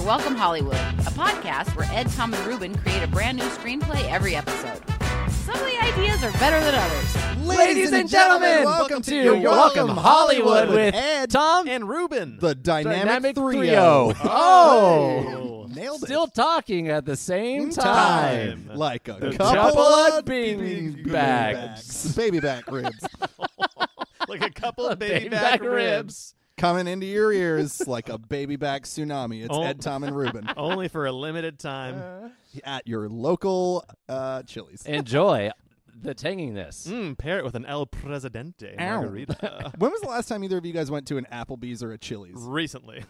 Welcome Hollywood, a podcast where Ed, Tom, and Ruben create a brand new screenplay every episode. Some of the ideas are better than others. Ladies and gentlemen, welcome to You're Welcome Hollywood with Ed, Tom and Ruben. The dynamic, Dynamic trio. Trio. Oh. Nailed it. Still talking at the same time. time. Like a The couple, couple of of bean bean bags. bags. Baby back ribs like a couple of Baby back ribs. coming into your ears like a baby back tsunami. It's Oh. Ed, Tom, and Ruben Only for a limited time. Uh. at your local uh, Chili's. Enjoy the tanginess. Mm, pair it with an El Presidente margarita. when was the last time either of you guys went to an Applebee's or a Chili's? Recently.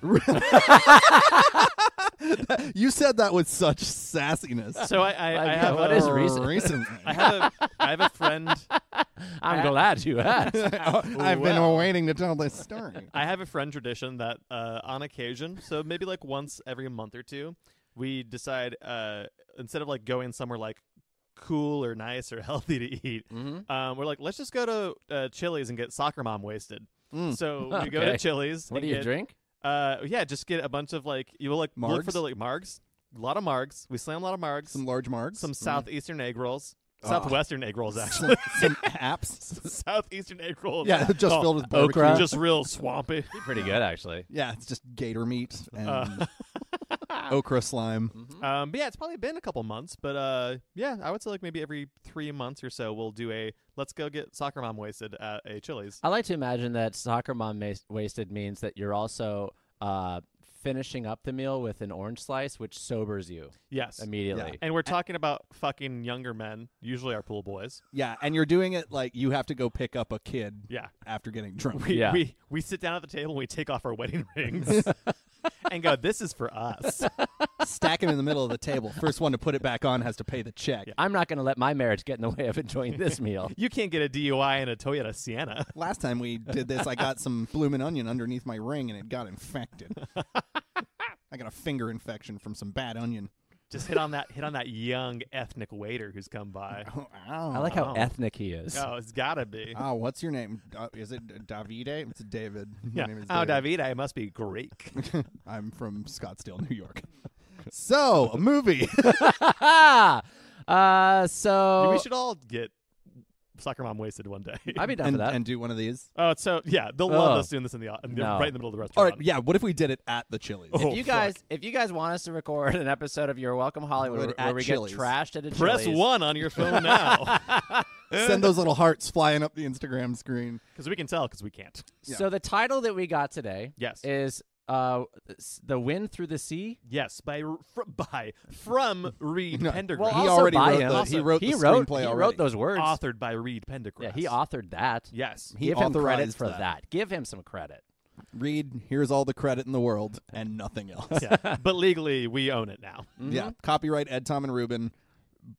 You said that with such sassiness. Oh, So I, I, Like, I yeah, have what a, is recent? Recently. I have a, I have a friend. I'm glad you asked. I've Well. been waiting to tell this story. I have a friend tradition that uh, on occasion, so maybe like once every month or two, we decide uh, instead of like going somewhere like cool or nice or healthy to eat, Mm-hmm. um, we're like, let's just go to uh, Chili's and get soccer mom wasted. Mm. So we go to Okay. Chili's. What and do you get- drink? Uh, yeah, just get a bunch of like you will like look for Margs? the like margs, a lot of margs. We slam a lot of margs, Some some, large marks. southeastern egg rolls, Ah. southwestern egg rolls actually, some apps. southeastern egg rolls. Yeah, just Oh, filled with barbecue. okra. just real swampy. Pretty good, actually. Yeah, it's just gator meat and Uh. okra slime. Mm-hmm. Um, but yeah, it's probably been a couple months, but uh, yeah, I would say like maybe every three months or so we'll do a let's go get soccer mom wasted at a Chili's. I like to imagine that soccer mom mas- wasted means that you're also uh, finishing up the meal with an orange slice, which sobers you Yes, immediately. and we're talking about fucking younger men, usually our pool boys. Yeah, and you're doing it like you have to go pick up a kid Yeah. after getting drunk. We, Yeah. we we sit down at the table and we take off our wedding rings and go, This is for us. Stack him in the middle of the table. First one to put it back on has to pay the check. I'm not going to let my marriage get in the way of enjoying this meal. You can't get a DUI in a Toyota Sienna. Last time we did this, I got some bloomin' onion underneath my ring and it got infected. I got a finger infection from some bad onion. Just hit on that hit on that young ethnic waiter who's come by. Oh, I like how Wow. ethnic he is. Oh, it's gotta be. Oh, what's your name? Da- is it Davide? It's David. My Yeah. name is Oh, David, I must be Greek. I'm from Scottsdale, New York. So, a movie. uh, so we should all get soccer mom wasted one day. I'd be down and, for that. and do one of these. oh, it's so yeah, they'll love Oh. us doing this in the, in the No. right in the middle of the All restaurant. right, yeah. What if we did it at the Chili's? Oh, if you fuck. guys, if you guys want us to record an episode of Your Welcome Hollywood At where we Chili's. get trashed at a Press Chili's, one on your phone now, Send those little hearts flying up the Instagram screen. because we can tell, because we can't. So the title that we got today, Yes. is uh, s- the wind through the sea. Yes, by r- fr- by from Reed No. Pendergrass. Well, He also already by wrote him. the- he wrote he the wrote, screenplay he already. wrote those words. authored by Reed Pendergrass. Yeah, he authored that. Yes. He Give him credit authorized for that. that. Give him some credit. Read, here's all the credit in the world and nothing else. yeah. Mm-hmm. But legally, we own it now. Mm, Yeah, Copyright Ed, Tom, and Ruben.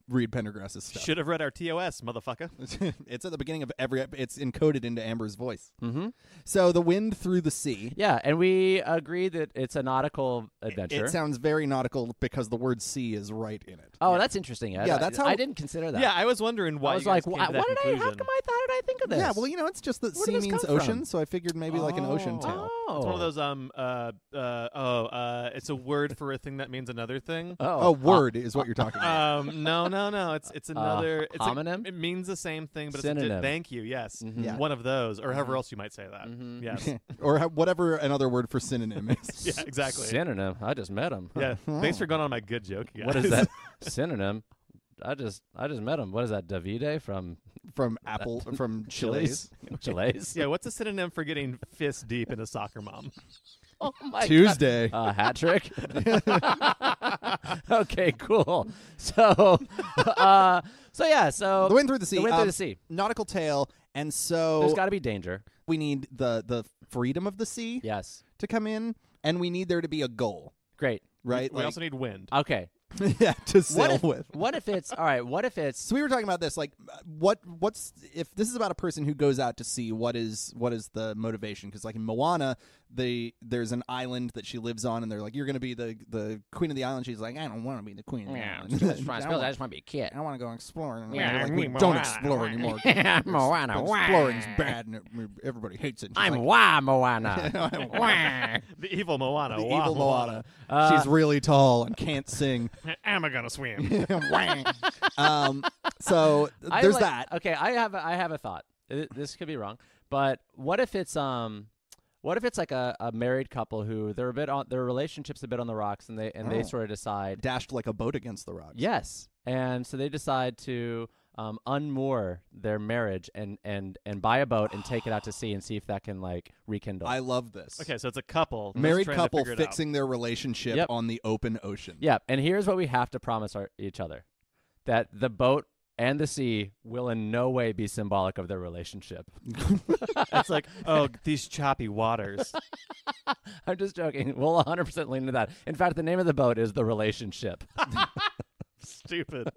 Read Pendergrass's stuff. Should have read our TOS, motherfucker. Mm, it's at the beginning of every. ep- It's encoded into Amber's voice. Mm-hmm. Mhm. So the wind through the sea. Yeah, and we agreed that it's a nautical adventure. It sounds very nautical because the word "sea" is right in it. oh, that's interesting. Ed. Yeah, I- that's I how- didn't consider that. Yeah, I was wondering why. I was you guys like, came why, to what that did I? How conclusion. come I thought it? I think of this? Yeah, well, you know, it's just that Where did sea this means come ocean, from? so I figured maybe like an ocean Oh. tale. oh, It's one of those um uh uh oh uh it's a word for a thing that means another thing. Oh, uh, Oh, word is what you're talking about. Um no no no it's it's another it's like- homonym? it means the same thing but it's a di- Synonym. Mm-hmm. thank you yes Yeah. one of those or however else you might say that yes or ho- whatever another word for synonym is. yeah exactly Synonym. I just met him. yeah thanks for going on my good joke What is guys. that synonym? I just I just met him. What is that? Davide from From Apple, from Chili's. Chile's. Chile's. yeah what's a synonym for getting fist deep in a soccer mom Oh my Tuesday. Uh, hat trick. okay, cool. So, uh, so yeah. So the wind through the sea. The wind um, through the sea. Nautical tale. And There's so got to be danger. we need the, the freedom of the sea Yes. to come in, and we need there to be a goal, Great. right? we also need wind Okay. yeah, to What sail if, with. what if it's all right? What if it's So we were talking about this, like, uh, what what's if this is about a person who goes out to sea? What is what is the motivation? Because like in Moana, they there's an island that she lives on, and they're like, "You're gonna be the the queen of the island." She's like, "I don't want to be the queen." Of the Yeah, island. I'm just trying I to spill don't it. want- I just want to be a kid. I don't want to go exploring. And Yeah, they're like, I we mean, don't Moana, explore Moana. anymore. Yeah, It's- Moana, Exploring is wah. bad, and it- everybody hates it. And she's I'm like, Wa Moana. I don't want Wah. The evil Moana. the Wow, evil Moana. Uh, She's really tall and can't sing. Am I gonna swim? um, so th- I there's like- that. Okay, I have a, I have a thought. Th- This could be wrong, but what if it's um, what if it's like a, a married couple who they're a bit on their relationships a bit on the rocks, and they and they Oh. sort of decide Dashed like a boat against the rocks. yes, and so they decide to um, unmoor their marriage and and and buy a boat and take it out to sea and see if that can like rekindle. I love this. okay, so it's a couple. that's Married trying to couple figure it out. fixing their relationship Yep. on the open ocean. yeah, and here's what we have to promise our, each other: that the boat and the sea will in no way be symbolic of their relationship. It's like, oh, these choppy waters. I'm just joking. We'll 100% lean into that. In fact, the name of the boat is The Relationship. Stupid.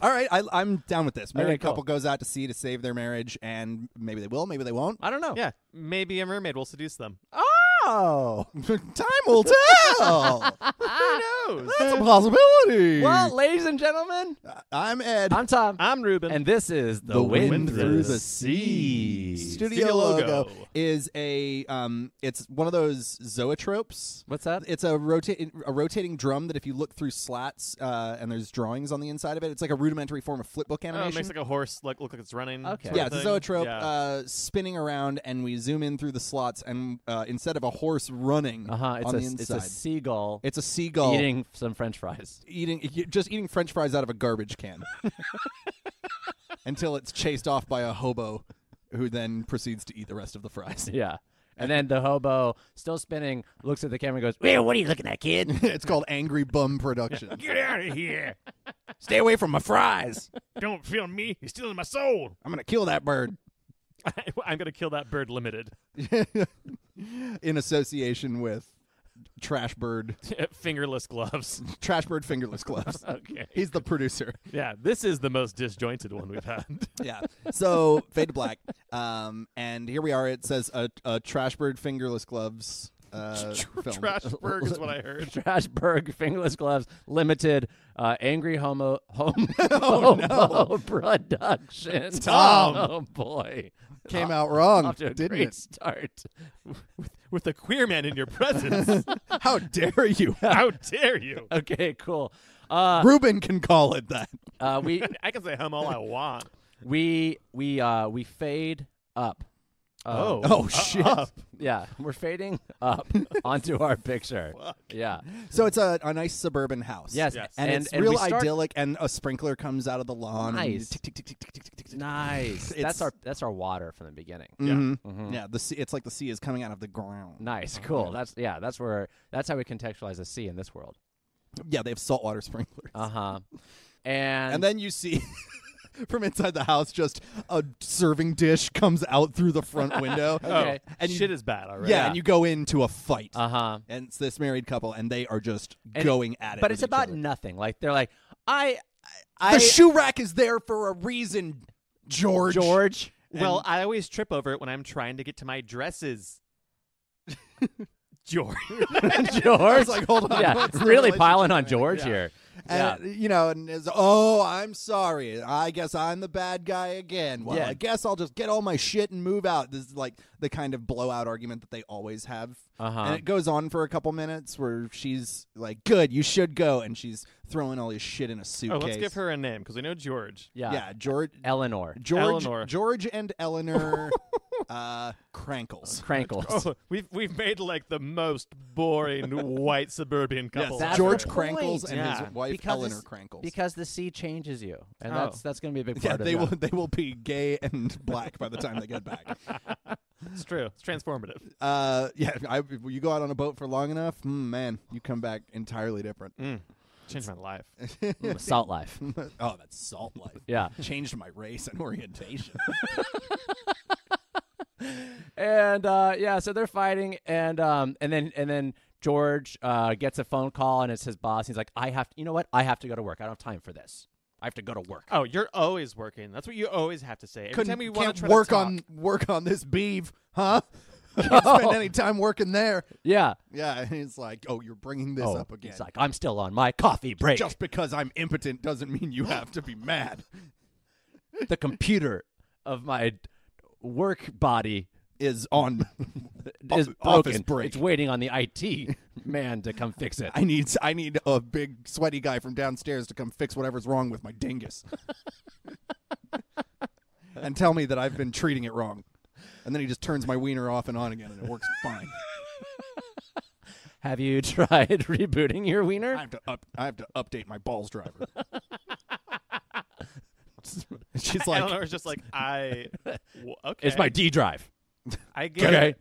All right, I, I'm down with this. Married Okay, cool. couple goes out to sea to save their marriage, and maybe they will, maybe they won't. I don't know. Yeah, maybe a mermaid will seduce them. Oh, time will tell. Who knows? Ah, That's a possibility. Well, ladies and gentlemen, I'm Ed. I'm Tom. I'm Ruben. and this is The, Wind Through the Sea. Studio, Studio logo. logo. is a um, it's one of those zoetropes. What's that? It's a rotate a rotating drum that if you look through slats uh, and there's drawings on the inside of it, it's like a rudimentary form of flipbook oh, it animation. makes like a horse like look like it's running. Okay. sort of yeah, it's a thing. zoetrope Yeah. uh, spinning around, and we zoom in through the slots, and uh, instead of a horse running Uh huh. It's, on a, the it's inside, a seagull it's a seagull eating some french fries. eating y- just eating french fries out of a garbage can until it's chased off by a hobo who then proceeds to eat the rest of the fries Yeah. And then the hobo, still spinning, looks at the camera and goes, Well, what are you looking at, kid? it's called angry bum production Get out of here. stay away from my fries Don't film me. You're stealing my soul. i'm gonna kill that bird I'm gonna kill that bird. Limited. in association with trash bird Fingerless gloves. trash bird fingerless gloves Okay. he's the producer Yeah, this is the most disjointed one we've had. yeah so fade to black um, and here we are it says a, a trash bird fingerless gloves uh, film. Trashberg is what I heard. Trashberg, fingerless gloves, limited, uh, angry homo, home, hobo production. Oh, Tom. Oh boy, Uh, came out wrong off to a didn't great it start. With a queer man in your presence. How dare you? How dare you? Okay, cool. Uh, Ruben can call it that. uh, we I can say hum all I want. we we uh, we fade up. Uh, Oh shit! yeah, we're fading up onto our picture. Yeah, So it's a, a nice suburban house. yes, Yes. and, it's real we start- idyllic, and a sprinkler comes out of the lawn. and Nice. tick, tick, tick, tick, tick, tick, tick, tick, tick. Nice. It's- that's our that's our water from the beginning. Yeah. Mhm. Mhm. Yeah, the sea, it's like the sea is coming out of the ground. Nice, cool. That's yeah. That's where that's how we contextualize the sea in this world. Yeah, they have saltwater sprinklers. Uh huh. And, and then you see from inside the house just a serving dish comes out through the front window. okay. and you- shit is bad already. Yeah, and you go into a fight. Uh huh. and it's this married couple, and they are just And- going at it. But with it's each about other. nothing. Like they're like, I, I, the shoe rack is there for a reason, George. George. Well, I always trip over it when I'm trying to get to my dresses. George. George. like, hold on, Yeah, what's the really piling on relationship George dynamic? here. Yeah. And, you know, and it's, oh, I'm sorry. I guess I'm the bad guy again. Well, Yeah. I guess I'll just get all my shit and move out. This is like the kind of blowout argument that they always have. Uh-huh. And it goes on for a couple minutes where she's like, good, you should go. And she's throwing all his shit in a Oh, suitcase. let's give her a name because we know George. Yeah. E-, Yeah, George. Eleanor. George, Eleanor. George and Eleanor uh, Crankles. Crankles. Oh, we've we've made like the most boring white suburban couple. That's Oh, George the Crankles point. and Yeah. his wife Because Eleanor it's- Crankles. Because the sea changes you, and Oh. that's that's going to be a big part yeah, of they that. will they will be gay and black by the time they get back. It's true. It's transformative. Uh, yeah, I, if you go out on a boat for long enough, mm, man, you come back entirely different. Changed my life. Mm, Salt life. oh, that's salt life. Yeah. Changed my race and orientation. and uh, yeah, so they're fighting, and um, and then and then George uh, gets a phone call, and it's his boss. He's like, I have to. You know what? I have to go to work. I don't have time for this. I have to go to work. Oh, you're always working. That's what you always have to say. Every Couldn't time we want can't to try work to talk, on work on this beef, huh? Can't spend any time working there. Yeah. Yeah, and it's like, oh, you're bringing this up again. It's like I'm still on my coffee break. Just because I'm impotent doesn't mean you have to be mad. the computer of my work body Is on is office broken. break. It's waiting on the IT man to come fix it. I need I need a big sweaty guy from downstairs to come fix whatever's wrong with my dingus. and tell me that I've been treating it wrong. And then he just turns my wiener off and on again and it works fine. Have you tried rebooting your wiener? I have to up I have to update my balls driver. She's I don't know. like It's just like I. w- Okay. It's my D drive. I get. Okay.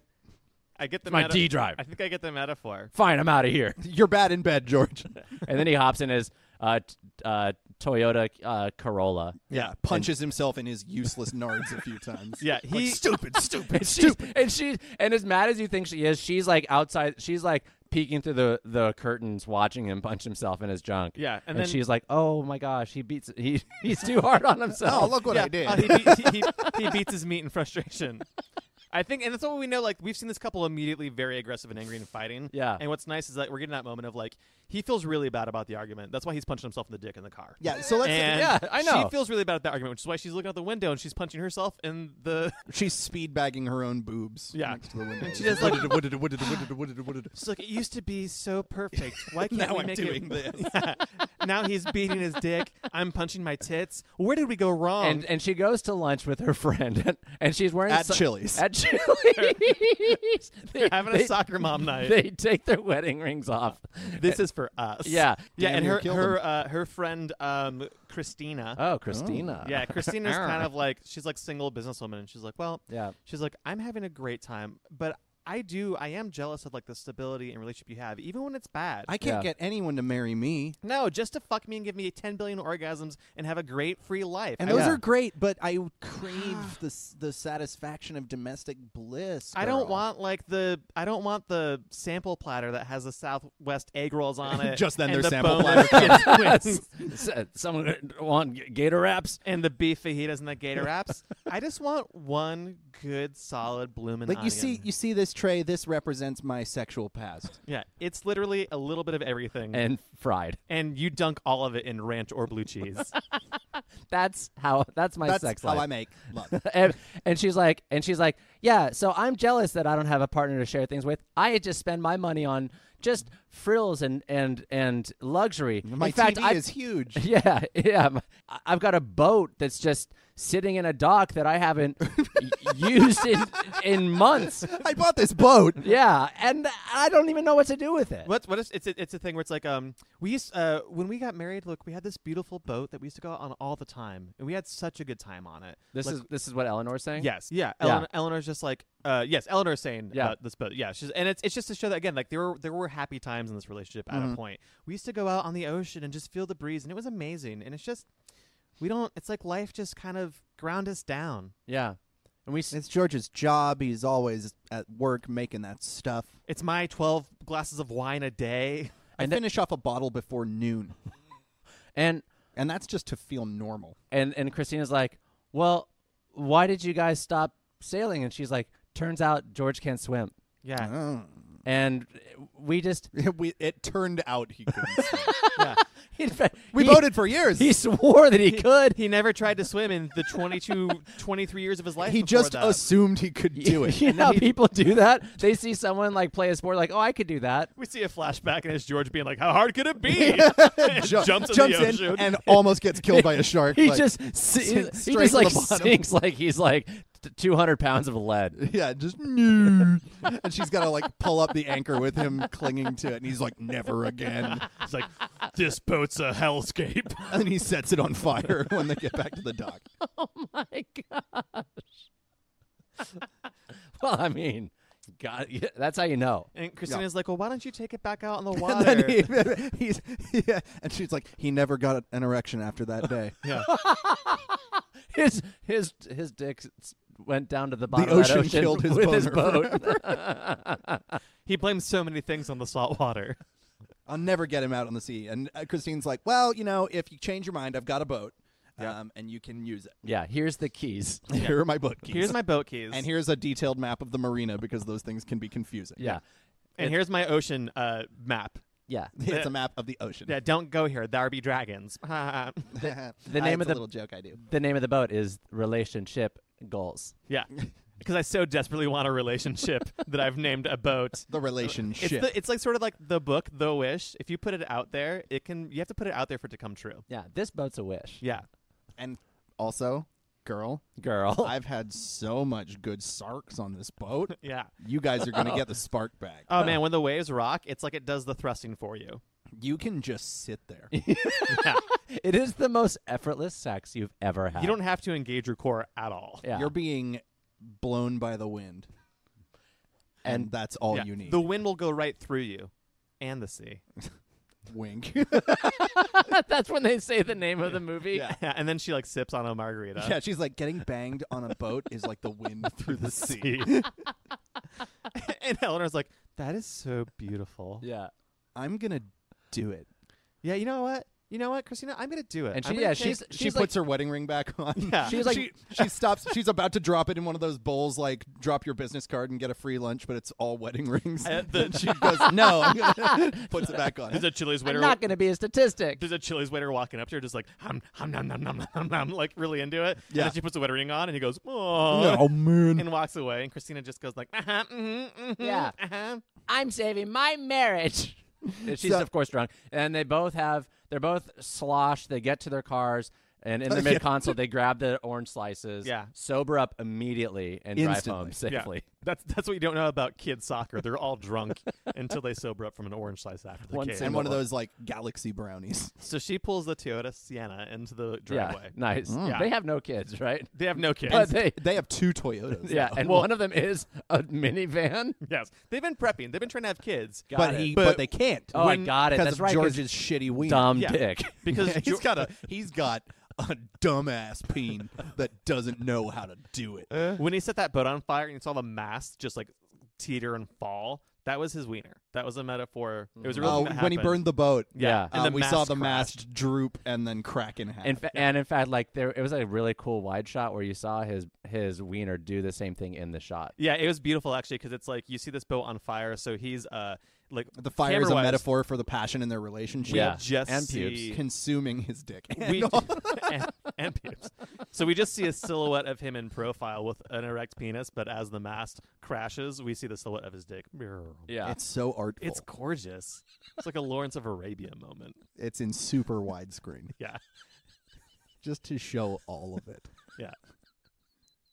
I get the It's my meta- D drive. I think I get the metaphor. Fine, I'm out of here. you're bad in bed, George. and then he hops in his uh, t- uh, Toyota uh, Corolla. Yeah, punches himself in his useless nards a few times. Yeah, like, he- stupid, stupid, And she's, stupid. and she's and as mad as you think she is, she's like outside. She's like peeking through the the curtains, watching him punch himself in his junk. Yeah, and then- she's like, "Oh my gosh, he beats he he's too hard on himself." Oh, look what yeah. I did. Oh, he, beat, he, he, he beats his meat in frustration. I think, and that's what we know. Like we've seen this couple immediately very aggressive and angry and fighting. Yeah. And what's nice is that we're getting that moment of like he feels really bad about the argument. That's why he's punching himself in the dick in the car. yeah, so let's And yeah, I know. She feels really bad about that argument, which is why she's looking out the window and she's punching herself in the. she's speed bagging her own boobs Yeah. next to the window. she does, like- Wooded, wooded, wooded, wooded, wooded. She's like, it used to be so perfect. Why can't Now we I'm make doing it? this. now he's beating his dick. I'm punching my tits. Where did we go wrong? and and she goes to lunch with her friend, and, and she's wearing Um, At so- Chili's. At Chili's, they, having they, a soccer mom night. They take their wedding rings off. this is for us. Yeah. Yeah, Damn and near her killed her uh, her friend um, Christina. Oh, Christina. Yeah, Christina's kind of like she's like single businesswoman, and she's like, well, Yeah. she's like, I'm having a great time, but I do, I am jealous of like the stability and relationship you have, even when it's bad. I can't Yeah. get anyone to marry me. no, just to fuck me and give me 10 billion orgasms and have a great free life. And I- those Yeah. are great, but I crave the s- the satisfaction of domestic bliss. I don't girl. want like the I don't want the sample platter that has the Southwest egg rolls on it. Just then and their the sample boneless chicken wings uh, Someone want g- Gator wraps? and the beef fajitas and the gator wraps. I just want one good solid bloomin' Like you onion. see, you see this tray. This represents my sexual past. Yeah, it's literally a little bit of everything, and, And fried. you dunk all of it in ranch or blue cheese. That's how. That's my That's sex how life. I make love. and, and she's like, and she's like, yeah. So I'm jealous that I don't have a partner to share things with. I just spend my money on just frills and and and luxury. My in fact, TV I, is huge. yeah, yeah. m- I- I've got a boat that's just sitting in a dock that I haven't y- used in in months. I bought this boat. Yeah, and I don't even know what to do with it. What's what is it's a, it's a thing where it's like um we used uh when we got married, look, we had this beautiful boat that we used to go out on all the time, and we had such a good time on it. This Like, is this is what Eleanor's saying. Yes. Yeah. Yeah. Eleanor, Eleanor's just like, uh, yes. Eleanor's saying Yeah. about this, but yeah, she's and it's it's just to show that again, like there were there were happy times in this relationship. Mm-hmm. At a point, we used to go out on the ocean and just feel the breeze, and it was amazing. And it's just we don't. It's like life just kind of ground us down. yeah. And we s- It's George's job. He's always at work making that stuff. It's my twelve glasses of wine a day. I finish off a bottle before noon, and and that's just to feel normal. and and Christina's like, "Well, why did you guys stop sailing?" And she's like, "Turns out George can't swim." Yeah. And we just we, it turned out he couldn't. swim. in fact, we he- voted for years. He swore that he could. He never tried to swim in the 22, 23 years of his life. he before just that. assumed he could do it. you know how people do that? They see someone like play a sport, like, "Oh, I could do that." We see a flashback, and it's George being like, "How hard could it be?" Ju- jumps in the ocean. and almost gets killed by a shark. He like- just si- sit straight he just to the like bottom. sinks like he's like t- 200 pounds of lead. yeah, just no. and she's got to like pull up the anchor with him clinging to it, and he's like, never again. It's like, this boat's a hellscape. And then he sets it on fire when they get back to the dock. My gosh. well, I mean, God, yeah, that's how you know. and Christina's like, "Well, why don't you take it back out in the And water?" then he, he's yeah, and she's like, he never got an erection after that day. yeah. his his his dick s- went down to the bottom of ocean that ocean killed his with his boner boat. He blames so many things on the salt water. I'll never get him out on the sea. And uh, Christine's like, well, you know, if you change your mind, I've got a boat. um, and you can use it. Yeah, here's the keys. Here are my boat keys. Here's my boat keys. and here's a detailed map of the marina because those things can be confusing. Yeah. and here's my ocean uh, map. Yeah. it's a map of the ocean. Yeah, don't go here. There be dragons. yeah. The name of It's a the little joke I do. the name of the boat is relationship goals. Because I so desperately want a relationship that I've named a boat. The relationship. It's, the, it's like sort of like the book, The Wish. If you put it out there, it can. You have to put it out there for it to come true. Yeah, this boat's a wish. Yeah. and also, girl, Girl. I've had so much good sarks on this boat. Yeah. You guys are going to get the spark back. Oh man, when the waves rock, it's like it does the thrusting for you. You can just sit there. it is the most effortless sex you've ever had. You don't have to engage your core at all. yeah. You're being blown by the wind. And, that's all Yeah. you need. The wind will go right through you, and the sea. wink. That's when they say the name of the movie. Yeah. and then she like sips on a margarita. yeah, she's like getting banged on a boat is like the wind through the sea. and Eleanor's like, "That is so beautiful." Yeah. Yeah. I'm going to do it. you know what? You know what, Christina? I'm gonna do it. And I'm she gonna yeah, take- she's she she's like, puts her wedding ring back on. Yeah. She's like- she, she stops. She's about to drop it in one of those bowls, like drop your business card and get a free lunch, but it's all wedding rings. Uh, And the- she goes, no, I'm gonna-" puts it back on. There's a Chili's waiter. I'm not going to be a statistic. there's a Chili's waiter walking up to her, just like hum hum nom nom nom nom nom, like really into it. Yeah. And then she puts the wedding ring on, and he goes, "Oh." Oh man! And walks away, and Christina just goes like, uh-huh, mm-hmm, mm-hmm, Yeah. uh-huh. I'm saving my marriage. She's So- of course drunk, and they both have. They're both sloshed. They get to their cars, and in the mid console, they grab the orange slices. Yeah. sober up immediately and drive home Instantly. Yeah. safely. That's that's what you don't know about kids soccer. They're all drunk until they sober up from an orange slice after the One game. And one of those like galaxy brownies. So she pulls the Toyota Sienna into the Yeah, driveway. nice. Mm. Yeah. They have no kids, right? They have no kids. But they, They have two Toyotas. yeah, now. and one of them is a minivan. yes, they've been prepping. They've been trying to have kids. but it. he, But- but, they can't. Oh, I got it. Because That's of right, 'cause- George's shitty wiener. Dumb Yeah. dick. Because Yeah, Jo- he's got a he's got a dumbass peen that doesn't know how to do it. uh, when he set that boat on fire and you saw the mast just like teeter and fall, that was his wiener. That was a metaphor. It was a real Oh, thing that when he happened. burned the boat, Yeah. and uh, the we saw mast the crashed. mast droop and then crack in half. In fa- And in fact, like there, it was a really cool wide shot where you saw his his wiener do the same thing in the shot. Yeah, it was beautiful actually because it's like you see this boat on fire, so he's uh like the fire is a camera-wise, metaphor for the passion in their relationship. We Yeah. just And pubes. see consuming his dick. we and, and pubes. So we just see a silhouette of him in profile with an erect penis, but as the mast crashes, we see the silhouette of his dick. Yeah, it's so artful. It's It's gorgeous. It's like a Lawrence of Arabia moment. it's in super widescreen Yeah. just to show all of it. Yeah.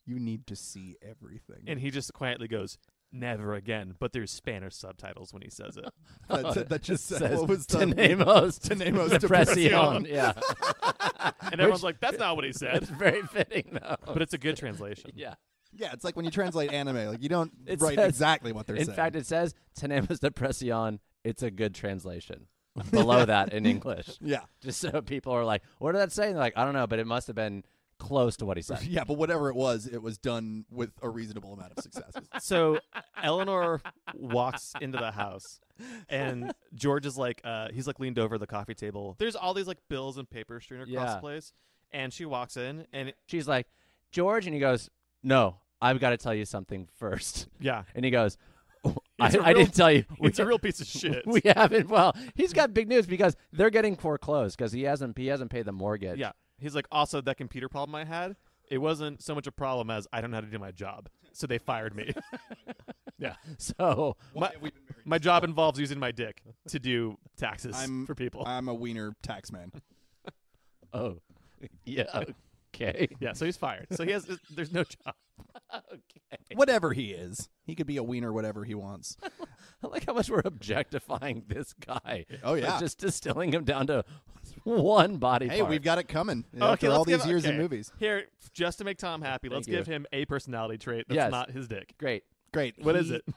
You need to see everything. And he just quietly goes, Never again. But there's Spanish subtitles when he says it. that, that just said, says what was the Tenemos, Tenemos Depresión. Depresión. Yeah, And everyone's like, That's not what he said. it's very fitting though. But it's a good translation. Yeah. Yeah, it's like when you translate anime, like you don't It write says- exactly what they're In saying. fact, it says Tenemos Depresión. It's a good translation. Below that in English, yeah. just so people are like, "What did that say?" And they're like, "I don't know," but it must have been close to what he said. Yeah, but whatever it was, it was done with a reasonable amount of success. So Eleanor walks into the house and George is like uh he's like leaned over the coffee table. There's all these like bills and paper strewn across Yeah. the place. And she walks in and She's like, "George," and he goes, "No, I've got to tell you something first. yeah. And he goes, "Oh, I, It's a I real- didn't tell you. We- It's a real piece of shit. We haven't. Well, he's got big news because they're getting foreclosed because he hasn't he hasn't paid the mortgage. Yeah. He's like, also that computer problem I had, it wasn't so much a problem as I don't know how to do my job. So they fired me. yeah. So My, my job involves using my dick to do taxes I'm- for people. I'm a wiener tax man. oh yeah okay yeah, so he's fired. So he has there's no job. Whatever he is, he could be a wiener, whatever he wants. I like how much we're objectifying this guy. Oh, We're yeah. just distilling him down to one body Hey, part. we've got it coming. okay, After all let's give- these years okay. in movies, Here, just to make Tom happy, let's you. give him a personality trait that's Yes. not his dick. great. great. What is He- it?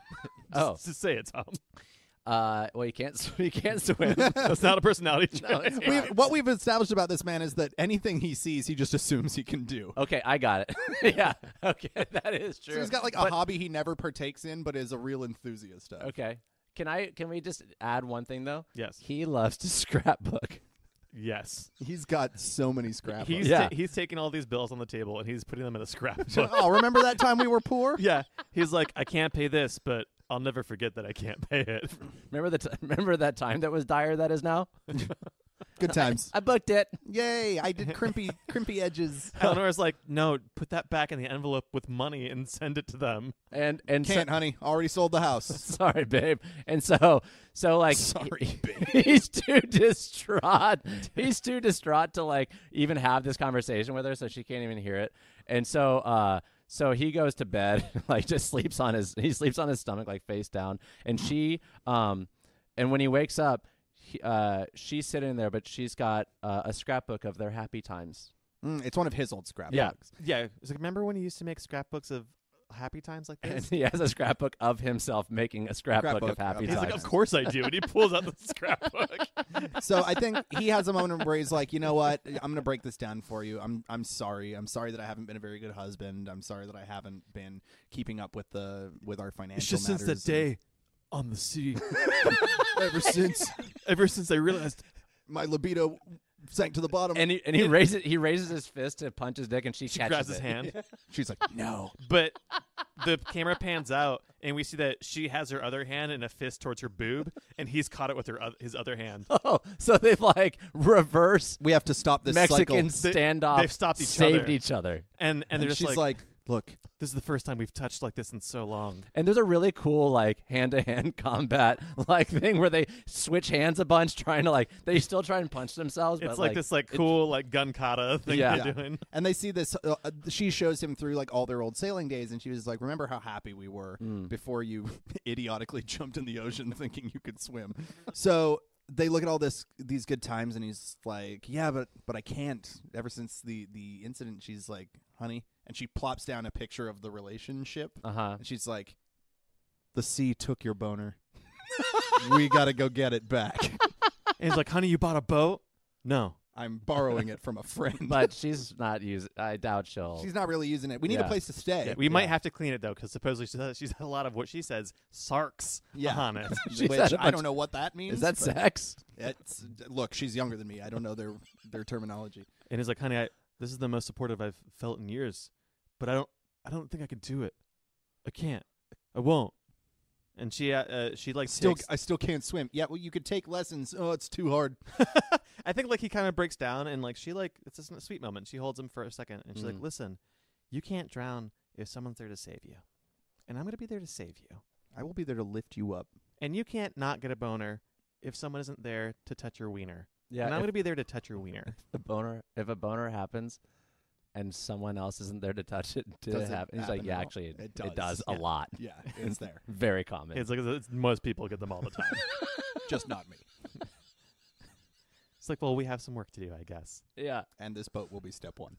Oh. just, just say it, Tom. Uh, well, you can't s- you can't swim. That's not a personality trait. it's We've, what we've established about this man is that anything he sees, he just assumes he can do. okay, I got it. yeah, okay, that is true. So he's got like a hobby he never partakes in, but is a real enthusiast of. okay. Can I? Can we just add one thing though? Yes. He loves to scrapbook. Yes. He's got so many scrapbooks. He's Yeah. ta- he's taking all these bills on the table and he's putting them in a scrapbook. oh, remember that time we were poor? yeah. He's like, I can't pay this, but I'll never forget that I can't pay it. Remember the t- remember that time that was dire that is now? Good times. I booked it. Yay! I did crimpy, crimpy edges. Eleanor's like, no, put that back in the envelope with money and send it to them. And and so- Can't, honey. Already sold the house. sorry, babe. And so so like Sorry, he's too distraught. He's too distraught to like even have this conversation with her, so she can't even hear it. And so uh so he goes to bed, like just sleeps on his he sleeps on his stomach, like face down. And she um and when he wakes up, he, uh she's sitting there, but she's got uh, a scrapbook of their happy times. Mm, it's one of his old scrapbooks. Yeah. Yeah. It's like, remember when you used to make scrapbooks of happy times like And this? he has a scrapbook of himself making a scrapbook, of Scrapbook happy of- He's times. like, of course I do. And he pulls out the scrapbook. So I think he has a moment where he's like, you know what? I'm gonna break this down for you. I'm I'm sorry. I'm sorry that I haven't been a very good husband. I'm sorry that I haven't been keeping up with the with our financial. matters and- on the sea. ever since Ever since I realized my libido sank to the bottom. and he, and he raises he raises his fist to punch his dick, and she, she catches grabs his it. hand. she's like, no. But the camera pans out, and we see that she has her other hand and a fist towards her boob, and he's caught it with her oth- his other hand. Oh, so they've like reverse We have to stop this Mexican cycle. They- standoff. they've stopped each saved other. each other. And and And they're just she's like, like, look, "This is the first time we've touched like this in so long." And there's a really cool like hand to hand combat like thing where they switch hands a bunch, trying to like they still try and punch themselves. It's but, like, this like cool like gun kata thing Yeah. they're Yeah. doing. And they see this. Uh, uh, she shows him through like all their old sailing days, and she was like, "Remember how happy we were Mm. before you idiotically jumped in the ocean thinking you could swim." so they look at all this these good times, and he's like, "Yeah, but but I can't." Ever since the the incident, she's like, "Honey," and she plops down a picture of the relationship, Uh huh. and she's like, "The sea took your boner. we gotta go get it back. And he's like, "Honey, you bought a boat?" No. I'm borrowing it from a friend." But she's not using. I doubt she'll. She's not really using it. We need Yeah. a place to stay. Yeah, we might yeah. have to clean it though, because supposedly she's had, she's had a lot of what she says sarks Yeah. on it. She's which had a I bunch- don't know what that means. is that but sex? it's- look, she's younger than me. I don't know their their terminology. and he's like, "Honey, I, this is the most supportive I've felt in years, but I don't, I don't think I can do it. I can't. I won't." And she, uh, uh, she like Still, takes- I still can't swim. Yeah, well, you could take lessons. Oh, it's too hard. I think like he kind of breaks down and like she like it's just a sweet moment. She holds him for a second and she's like, "Listen, you can't drown if someone's there to save you, and I'm gonna be there to save you, I will be there to lift you up. and you can't not get a boner." If someone isn't there to touch your wiener, Yeah. and I'm if gonna be there to touch your wiener. the boner, if a boner happens, and someone else isn't there to touch it, did it Doesn't happen? He's happen like, yeah, at all. actually, it, It does, does, a yeah. lot. Yeah, it's there. Very common. It's like it's, most people get them all the time. Just not me. it's like, well, we have some work to do, I guess. yeah. And this boat will be step one.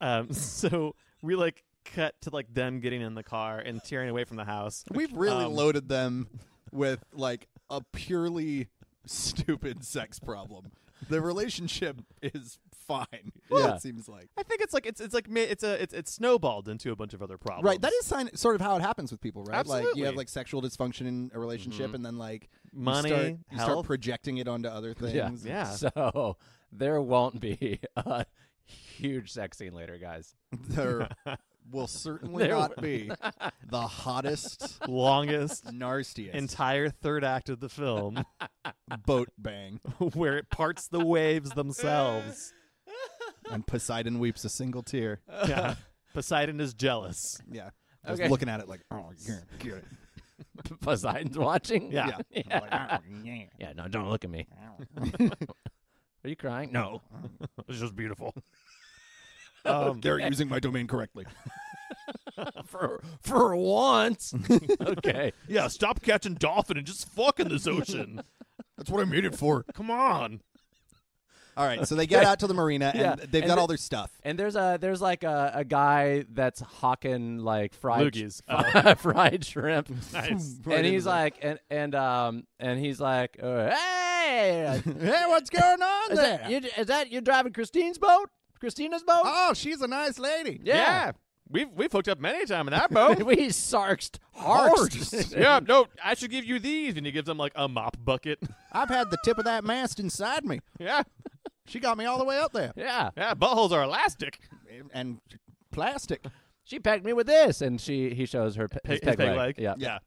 Um, so we like cut to like them getting in the car and tearing away from the house. We've really Um, loaded them with like a purely stupid sex problem. The relationship is fine. Yeah. It seems like. I think it's like it's it's like ma- it's a it's it's snowballed into a bunch of other problems. Right, that is sign, sort of how it happens with people, right? Like Absolutely. you have like sexual dysfunction in a relationship, and then like you money, start- you health. start projecting it onto other things. Yeah. yeah, So there won't be a huge sex scene later, guys. There will certainly There not be the hottest, longest nastiest entire third act of the film boat bang, where it parts the waves themselves. and Poseidon weeps a single tear. Yeah. Poseidon is jealous. Yeah, I was Okay. looking at it like, oh, you're good. Poseidon's watching. Yeah. Yeah, Yeah. Yeah, No, don't look at me. Are you crying? No. It's just beautiful. Um, they're using my domain correctly. For for once. okay. Yeah, stop catching dolphin and just fuck in this ocean. That's what I made it for. Come on. All right, so they get out to the marina, and Yeah, they've and got the- all their stuff. And there's a there's like a, a guy that's hawking like fried Loogies. Oh. fried shrimp. Nice. Right and into he's the- like and and um and he's like uh, hey hey, what's going on is that, there? you, is that you driving Christine's boat? Christina's boat? Oh, she's a nice lady. Yeah. We've we've hooked up many a time in that boat. we sarked hard. Harked. yeah, no, I should give you these, and he gives them like a mop bucket. I've had the tip of that mast inside me. yeah, She got me all the way up there. yeah. yeah, buttholes are elastic. And plastic. She pegged me with this, and she he shows her pe- his His peg leg. Yeah, yeah.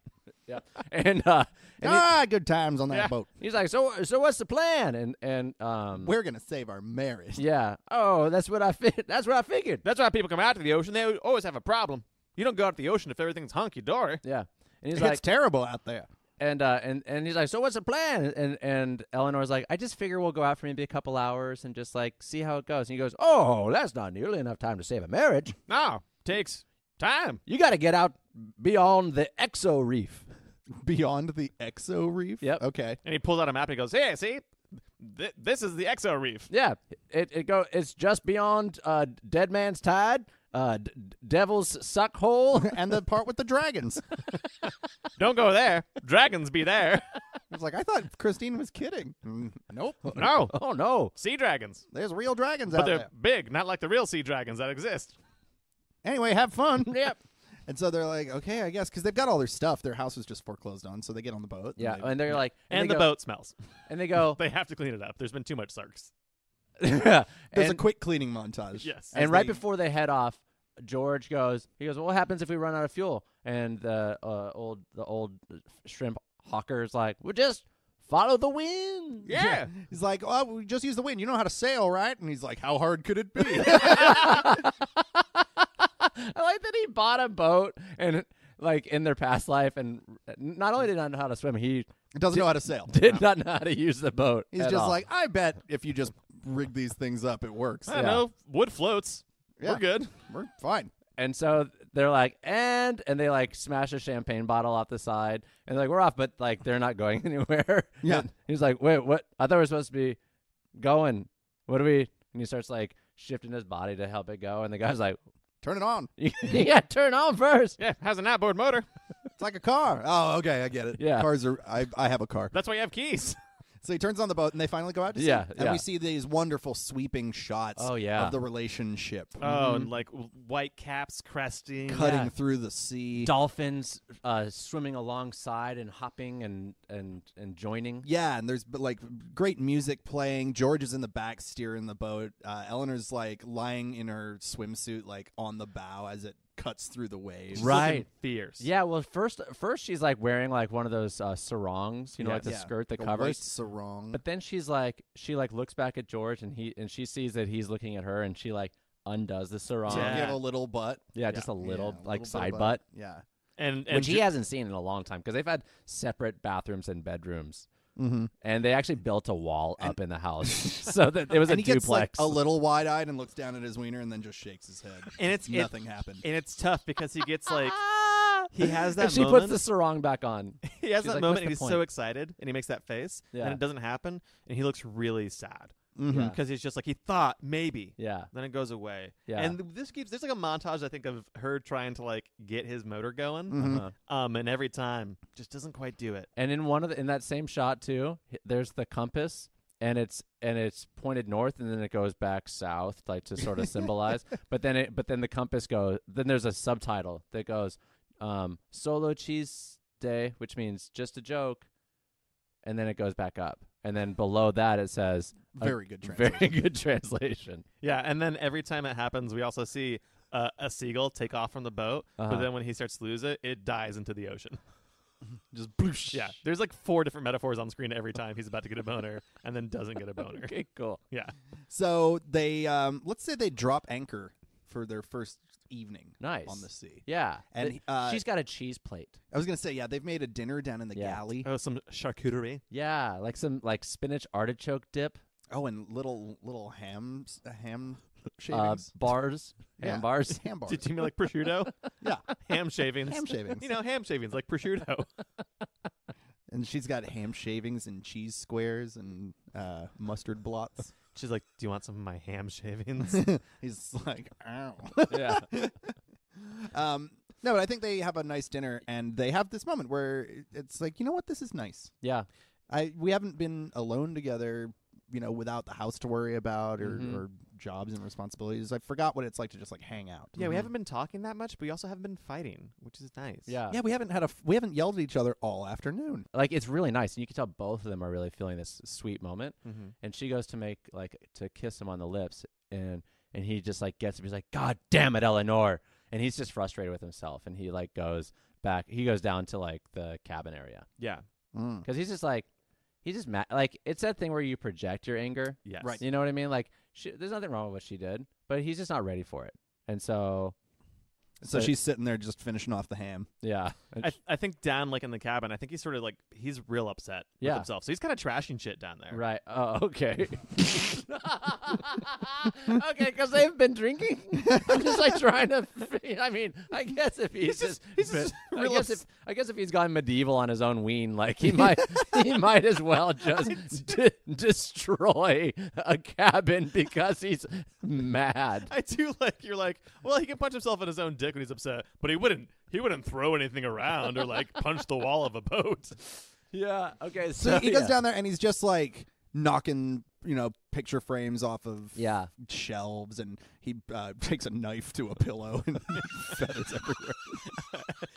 yeah. And uh, and he- ah, good times on that Yeah. boat. he's like, so so what's the plan? And and um, We're gonna save our marriage. yeah. Oh, that's what I fi- that's what I figured. That's why people come out to the ocean. They always have a problem. You don't go out to the ocean if everything's hunky dory. Yeah. And he's It's like, terrible out there. and uh, and and he's like, so what's the plan? And and Eleanor's like, I just figure we'll go out for maybe a couple hours and just like see how it goes. And he goes, oh, that's not nearly enough time to save a marriage. No, takes time. You got to get out beyond the exo reef. Beyond the exo reef. Yep. Okay. And he pulls out a map and he goes, "Hey, see, Th- this is the Exo Reef." Yeah, it it go. It's just beyond uh, Dead Man's Tide, uh, d- d- Devil's Suck Hole. And the part with the dragons. Don't go there. Dragons be there. I was like, I thought Christine was kidding. Mm, nope. No, oh no! sea dragons, There's real dragons but Oh, out they're there. big, not like the real sea dragons that exist. Anyway, have fun. Yep. And so they're like, okay, I guess, because they've got all their stuff. Their house was just foreclosed on, so they get on the boat. Yeah, they- and they're like, And, they the go, boat smells. and they go, They have to clean it up. There's been too much sarks. and, there's a quick cleaning montage. Yes. as and right they- before they head off, George goes, he goes, well, what happens if we run out of fuel? And the uh, old the old shrimp hawker is like, well, just follow the wind. Yeah. He's like, oh, we just use the wind. You know how to sail, right? And he's like, how hard could it be? I like that he bought a boat and like in their past life, and uh, not only did not know how to swim, he Doesn't know how to sail. did not know how to use the boat. He's at just all. like, I bet if you just rig these things up, it works. I don't know. Wood floats. Yeah. We're good. We're fine. and so they're like, and and they like smash a champagne bottle off the side, and they're like we're off, but like they're not going anywhere. Yeah. And he's like, wait, what? I thought we were supposed to be going. What do we? And he starts like shifting his body to help it go, and the guy's like, Turn it on. yeah, turn on first. Yeah, has an outboard motor. It's like a car. Oh, okay, I get it. Yeah. Cars are I, I have a car. That's why you have keys. So he turns on the boat and they finally go out to sea. Yeah, And yeah. we see these wonderful sweeping shots Oh, yeah. of the relationship Oh, and like w- white caps cresting. cutting yeah. through the sea. Dolphins uh, swimming alongside and hopping and and and joining. Yeah, and there's but, like great music playing. George is in the back steering the boat. Uh, Eleanor's like lying in her swimsuit, like on the bow as it cuts through the waves. Right. Looking Fierce. Yeah, well, first, first she's like wearing like one of those uh, sarongs, you know, like the Yeah. skirt that The covers. waist sarong. But then she's like, she like looks back at George, and he and she sees that he's looking at her, and she like undoes the sarong. yeah. Yeah, Yeah. give a little butt. just a little Yeah, a like bit of side butt. butt, Yeah. And, and which he Ge- hasn't seen in a long time because they've had separate bathrooms and bedrooms, Mm-hmm. and they actually built a wall up in the house so that it was And a he gets like duplex. a little wide eyed and looks down at his wiener and then just shakes his head. And it's- it- nothing happened. and it's tough because he gets like Ah! he has that and she moment. puts the sarong back on. he she's has like, that "What's moment the and he's so point?" excited and he makes that face Yeah. and it doesn't happen and he looks really sad Yeah. because he's just like he thought maybe Mm-hmm. Yeah, then it goes away Yeah. and th- this keeps there's like a montage I think of her trying to like get his motor going Mhm. Uh-huh. um and every time just doesn't quite do it and in one of the, in that same shot too, h- there's the compass. And it's and it's pointed north, and then it goes back south, like to sort of symbolize. but then it but then the compass goes. Then there's a subtitle that goes, um, "Solo Cheese Day," which means just a joke. And then it goes back up, and then below that it says, a Very good translation. "Very good translation." yeah and then every time it happens we also see uh, a seagull take off from the boat Uh-huh. but then when he starts to lose it it dies into the ocean Just bloosh. yeah there's like four different metaphors on screen every time he's about to get a boner and then doesn't get a boner Okay, cool. yeah So they um, let's say they drop anchor for their first evening Nice on the sea. Yeah, And, Th- uh, she's got a cheese plate. I was gonna say, yeah, they've made a dinner down in the Yeah. galley. oh some charcuterie Yeah, like some like spinach artichoke dip. Oh, and little little hams ham uh, shavings. bars, Yeah. ham bars. ham bars. Did you mean like prosciutto? Yeah. ham shavings. Ham shavings. You know, ham shavings like prosciutto. and she's got ham shavings and cheese squares and uh, mustard blots. She's like, "Do you want some of my ham shavings?" He's like, ow. Yeah, um, no, but I think they have a nice dinner, and they have this moment where it's like, you know what, this is nice. yeah, I we haven't been alone together you know, without the house to worry about or, Mhm. or jobs and responsibilities. I forgot what it's like to just like hang out. Mm-hmm. Yeah, we haven't been talking that much, but we also haven't been fighting, which is nice. Yeah. Yeah, we haven't had a f- we haven't yelled at each other all afternoon. Like it's really nice, and you can tell both of them are really feeling this sweet moment. Mm-hmm. And she goes to make like to kiss him on the lips, and and he just like gets up. He's like, "God damn it, Eleanor!" And he's just frustrated with himself, and he like goes back. He goes down to like the cabin area Yeah. Mm. because he's just like he's just mad. Like it's that thing where you project your anger. Yes. Right. You know what I mean? Like she, there's nothing wrong with what she did, but he's just not ready for it. And so So But- she's sitting there just finishing off the ham. yeah, I, I think down like in the cabin, I think he's sort of like he's real upset with Yeah. himself. So he's kind of trashing shit down there. Right. Oh, okay. okay, because they've been drinking. I'm just like trying to. fi- I mean, I guess if he's, just, he's just but- I real guess if I guess if he's gone medieval on his own wean, like he might he might as well just de- destroy a cabin because he's mad. I do like you're like, well, he can punch himself in his own dick when he's upset, but he wouldn't he wouldn't throw anything around or like punch the wall of a boat. Yeah. Okay. So he goes down there and he's just like knocking, you know, picture frames off of Yeah. shelves, and he uh, takes a knife to a pillow and feathers everywhere.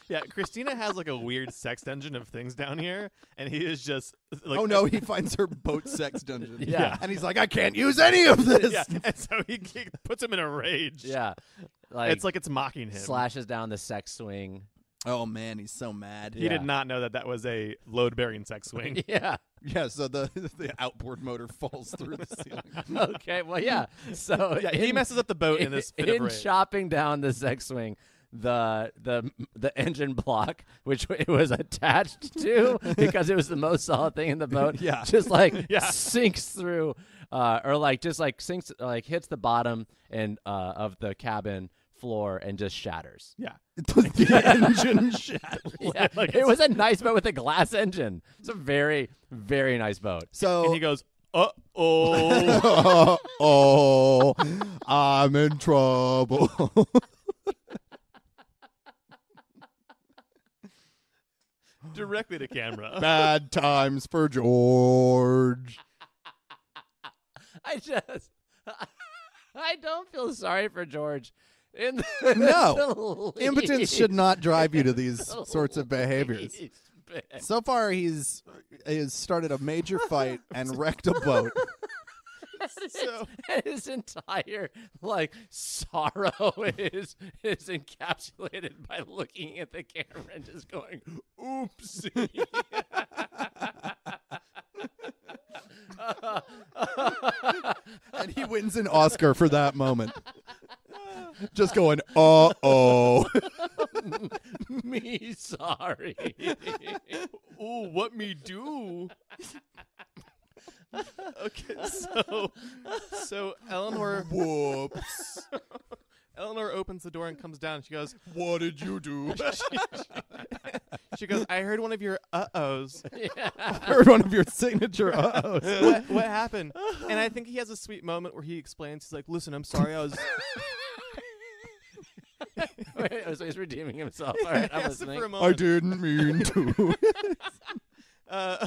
Yeah, Christina has like a weird sex dungeon of things down here, and he is just like oh no, he finds her boat sex dungeon. Yeah. and he's like, I can't use any of this. Yeah, and so he, he puts him in a rage. Yeah. Like it's like it's mocking him. slashes down the sex swing. Oh man, he's so mad. He did not know that that was a load bearing sex swing. Yeah. Yeah, so the the outboard motor falls through the ceiling. Okay. Well, yeah. So yeah, he in- messes up the boat in this fit of in rage. chopping down the sex swing the the the engine block which it was attached to because it was the most solid thing in the boat Yeah. just like Yeah. sinks through uh or like just like sinks like hits the bottom and uh of the cabin floor and just shatters Yeah. the engine shattered. yeah, like it was a nice boat with a glass engine it's a very very nice boat And So he goes, uh oh. oh, I'm in trouble. directly to camera. Bad times for George. i just i don't feel sorry for george in the, No. the Impotence least. should not drive you to these sorts of behaviors. Jeez, So far, he's has started a major fight and wrecked a boat. So- and his entire like sorrow is is encapsulated by looking at the camera and just going, "Oopsie." and he wins an Oscar for that moment. Just going, uh oh. Me sorry. Ooh, what me do? okay, so so Eleanor Whoops. Eleanor opens the door and comes down. She goes, What did you do? she goes. I heard one of your uh ohs. I heard one of your signature uh ohs. What what happened? And I think he has a sweet moment where he explains. He's like, listen, I'm sorry. I was Wait, so he's redeeming himself. All right, I'm Yes, listening. for a I moment. didn't mean to. Uh,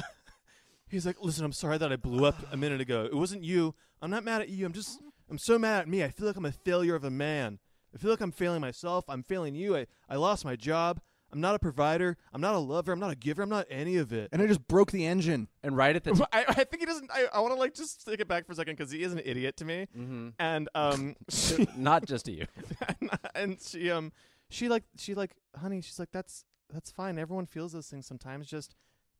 he's like, listen, I'm sorry that I blew up a minute ago. It wasn't you. I'm not mad at you. I'm just I'm so mad at me. I feel like I'm a failure of a man. I feel like I'm failing myself. I'm failing you. I, I lost my job. I'm not a provider. I'm not a lover. I'm not a giver. I'm not any of it. and I just broke the engine. and right at the But I, I think he doesn't. I, I want to like just take it back for a second because he is an idiot to me. Mm-hmm. And um, she, not just to you. and she um, she like she like honey. She's like that's that's fine. Everyone feels those things sometimes. Just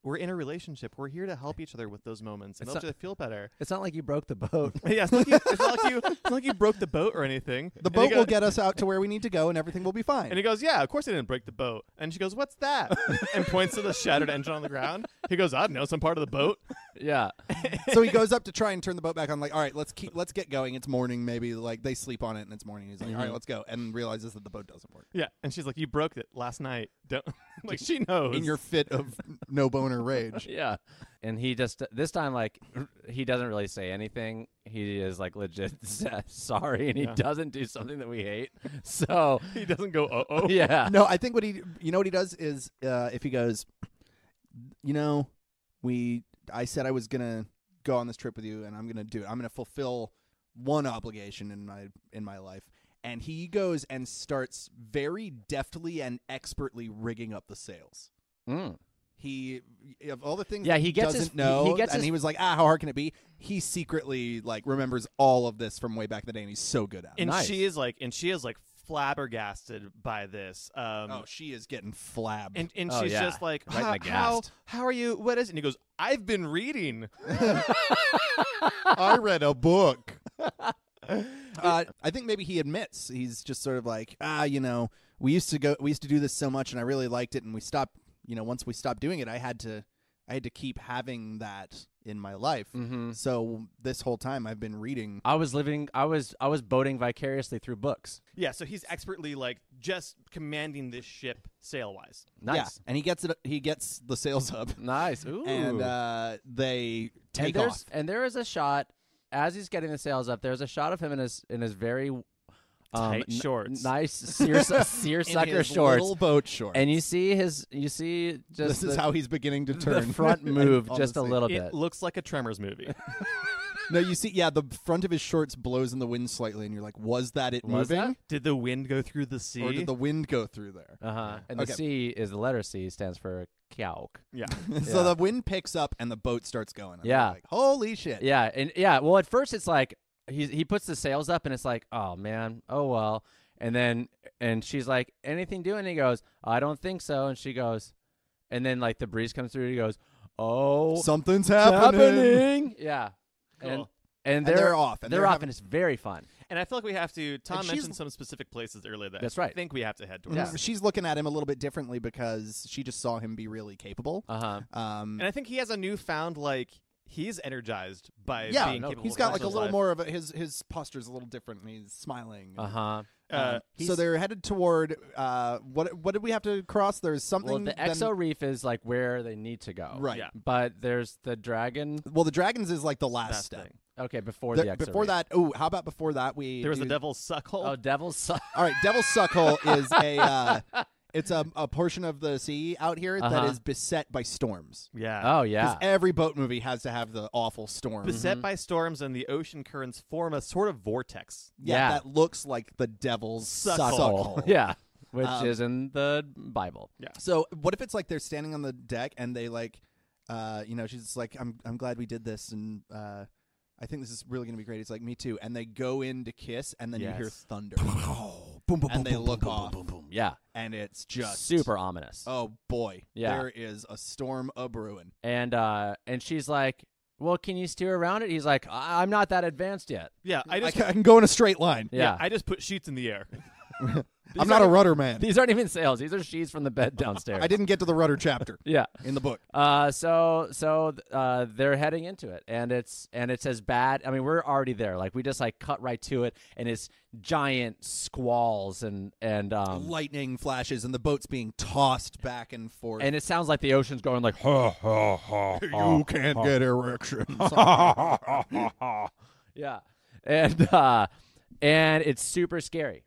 we're in a relationship. We're here to help each other with those moments and It's help not- each other feel better. It's not like you broke the boat. yeah, it's not, like you, it's not like you. It's not like you broke the boat or anything. The And he boat will go- get us out to where we need to go and everything will be fine. And he goes, "Yeah, of course I didn't break the boat." And she goes, "What's that?" and points to the shattered engine on the ground. He goes, "I don't know, some part of the boat." Yeah. so he goes up to try and turn the boat back on like all right let's keep let's get going it's morning maybe like they sleep on it and it's morning he's like "All right let's go and realizes that the boat doesn't work Yeah, and she's like, "You broke it last night." Don't like she knows. in your fit of no boner rage yeah and he just this time like he doesn't really say anything he is like legit sorry and he doesn't do something that we hate so he doesn't go, "Uh oh." yeah no i think what he you know what he does is uh if he goes you know we i said i was gonna go on this trip with you, and I'm gonna do it. I'm gonna fulfill one obligation in my in my life." And he goes and starts very deftly and expertly rigging up the sails. Mm. He of all the things Yeah, that he gets doesn't his- know, he- he gets and his- he was like, "Ah, how hard can it be?" He secretly like remembers all of this from way back in the day, and he's so good at it. and Nice. she is like, and she is like flabbergasted by this. Um, oh, she is getting flabbed. and and Oh, she's yeah. just like, Right in "How- the how gast." how are you? What is? it?" And he goes, I've been reading. I read a book. uh, I think maybe he admits he's just sort of like, ah, you know, we used to go, we used to do this so much, and I really liked it, and we stopped, you know, once we stopped doing it, I had to, I had to keep having that in my life. Mhm. So this whole time I've been reading. I was living. I was. I was boating vicariously through books. Yeah, so he's expertly like just commanding this ship sail wise. Nice. Yeah, and he gets it. He gets the sails up, Nice. Ooh. and uh, they And take off. there's- And there is a shot as he's getting the sails up. There's a shot of him in his in his very um, Tight n- shorts. nice seersucker seersucker in his shorts. little boat shorts. and you see his. You see this just is the, how he's beginning to the turn front move on the just a sea. little It bit. looks like a Tremors movie. No, you see, yeah, the front of his shorts blows in the wind slightly, and you're like, was that it Was moving? did the wind go through the sea? Or did the wind go through there? Uh huh. And Okay. the C is the letter C stands for Kyauk. yeah. so Yeah. the wind picks up and the boat starts going. And I'm Yeah. Like, Holy shit. Yeah, and yeah. Well, at first it's like he he puts the sails up, and it's like, oh man, oh well. And then and she's like, anything doing? He goes, I don't think so. And she goes, and then like the breeze comes through. And he goes, oh, Something's it's happening. Yeah, and Cool. and they're they're, off, and they're, they're off, having- and it's very fun. And I feel like we have to. Tom she's- mentioned some specific places earlier that That's right. I think we have to head towards. Mhm. She's looking at him a little bit differently because she just saw him be really capable. Uh huh. Um, And I think he has a newfound like he's energized by yeah, being no, capable. he's of got much like a of little life. more of a, his his posture's a little different, and he's smiling. Um, Uh huh. Uh, so they're headed toward uh, what? What did we have to cross? There's something. Well, the then- exo reef is like where they need to go. right. Yeah. But there's the dragon. Well, the dragons is like the last Last step. thing. Okay, before The- the, exo before reef. that, oh, how about before that we there was the do- devil's suckle. Oh, devil's son. All right, Devil's Suckhole is a uh, it's a, a portion of the sea out here that Uh-huh. is beset by storms. yeah. Oh Because yeah. every boat movie has to have the awful storm. Beset by storms and the ocean currents form a sort of vortex. yeah, Yeah. that looks like the Devil's Suckhole. Suckhole. Yeah, which Um, is in the Bible. So what if it's like they're standing on the deck and they like, uh, you know, she's just like, I'm I'm glad we did this and. Uh, I think this is really going to be great. It's like me too, and they go in to kiss, and then you hear Yes. thunder, and they look off, Yeah, and it's just super ominous. Oh boy, Yeah. there is a storm a brewing. And uh, and she's like, "Well, can you steer around it?" He's like, I- "I'm not that advanced yet." Yeah, I I just ca- I can go in a straight line. Yeah, I just put sheets in the air. I'm not a rudder man. these aren't even sails; these are sheets from the bed downstairs. I didn't get to the rudder chapter Yeah. in the book. Uh, so so uh, they're heading into it, and it's and it's as bad. I mean, we're already there. Like we just like cut right to it, and it's giant squalls and and um Lightning flashes and the boat's being tossed back and forth. and it sounds like the ocean's going like, huh, huh, huh, huh. you can't get erections. yeah, and uh, and it's super scary.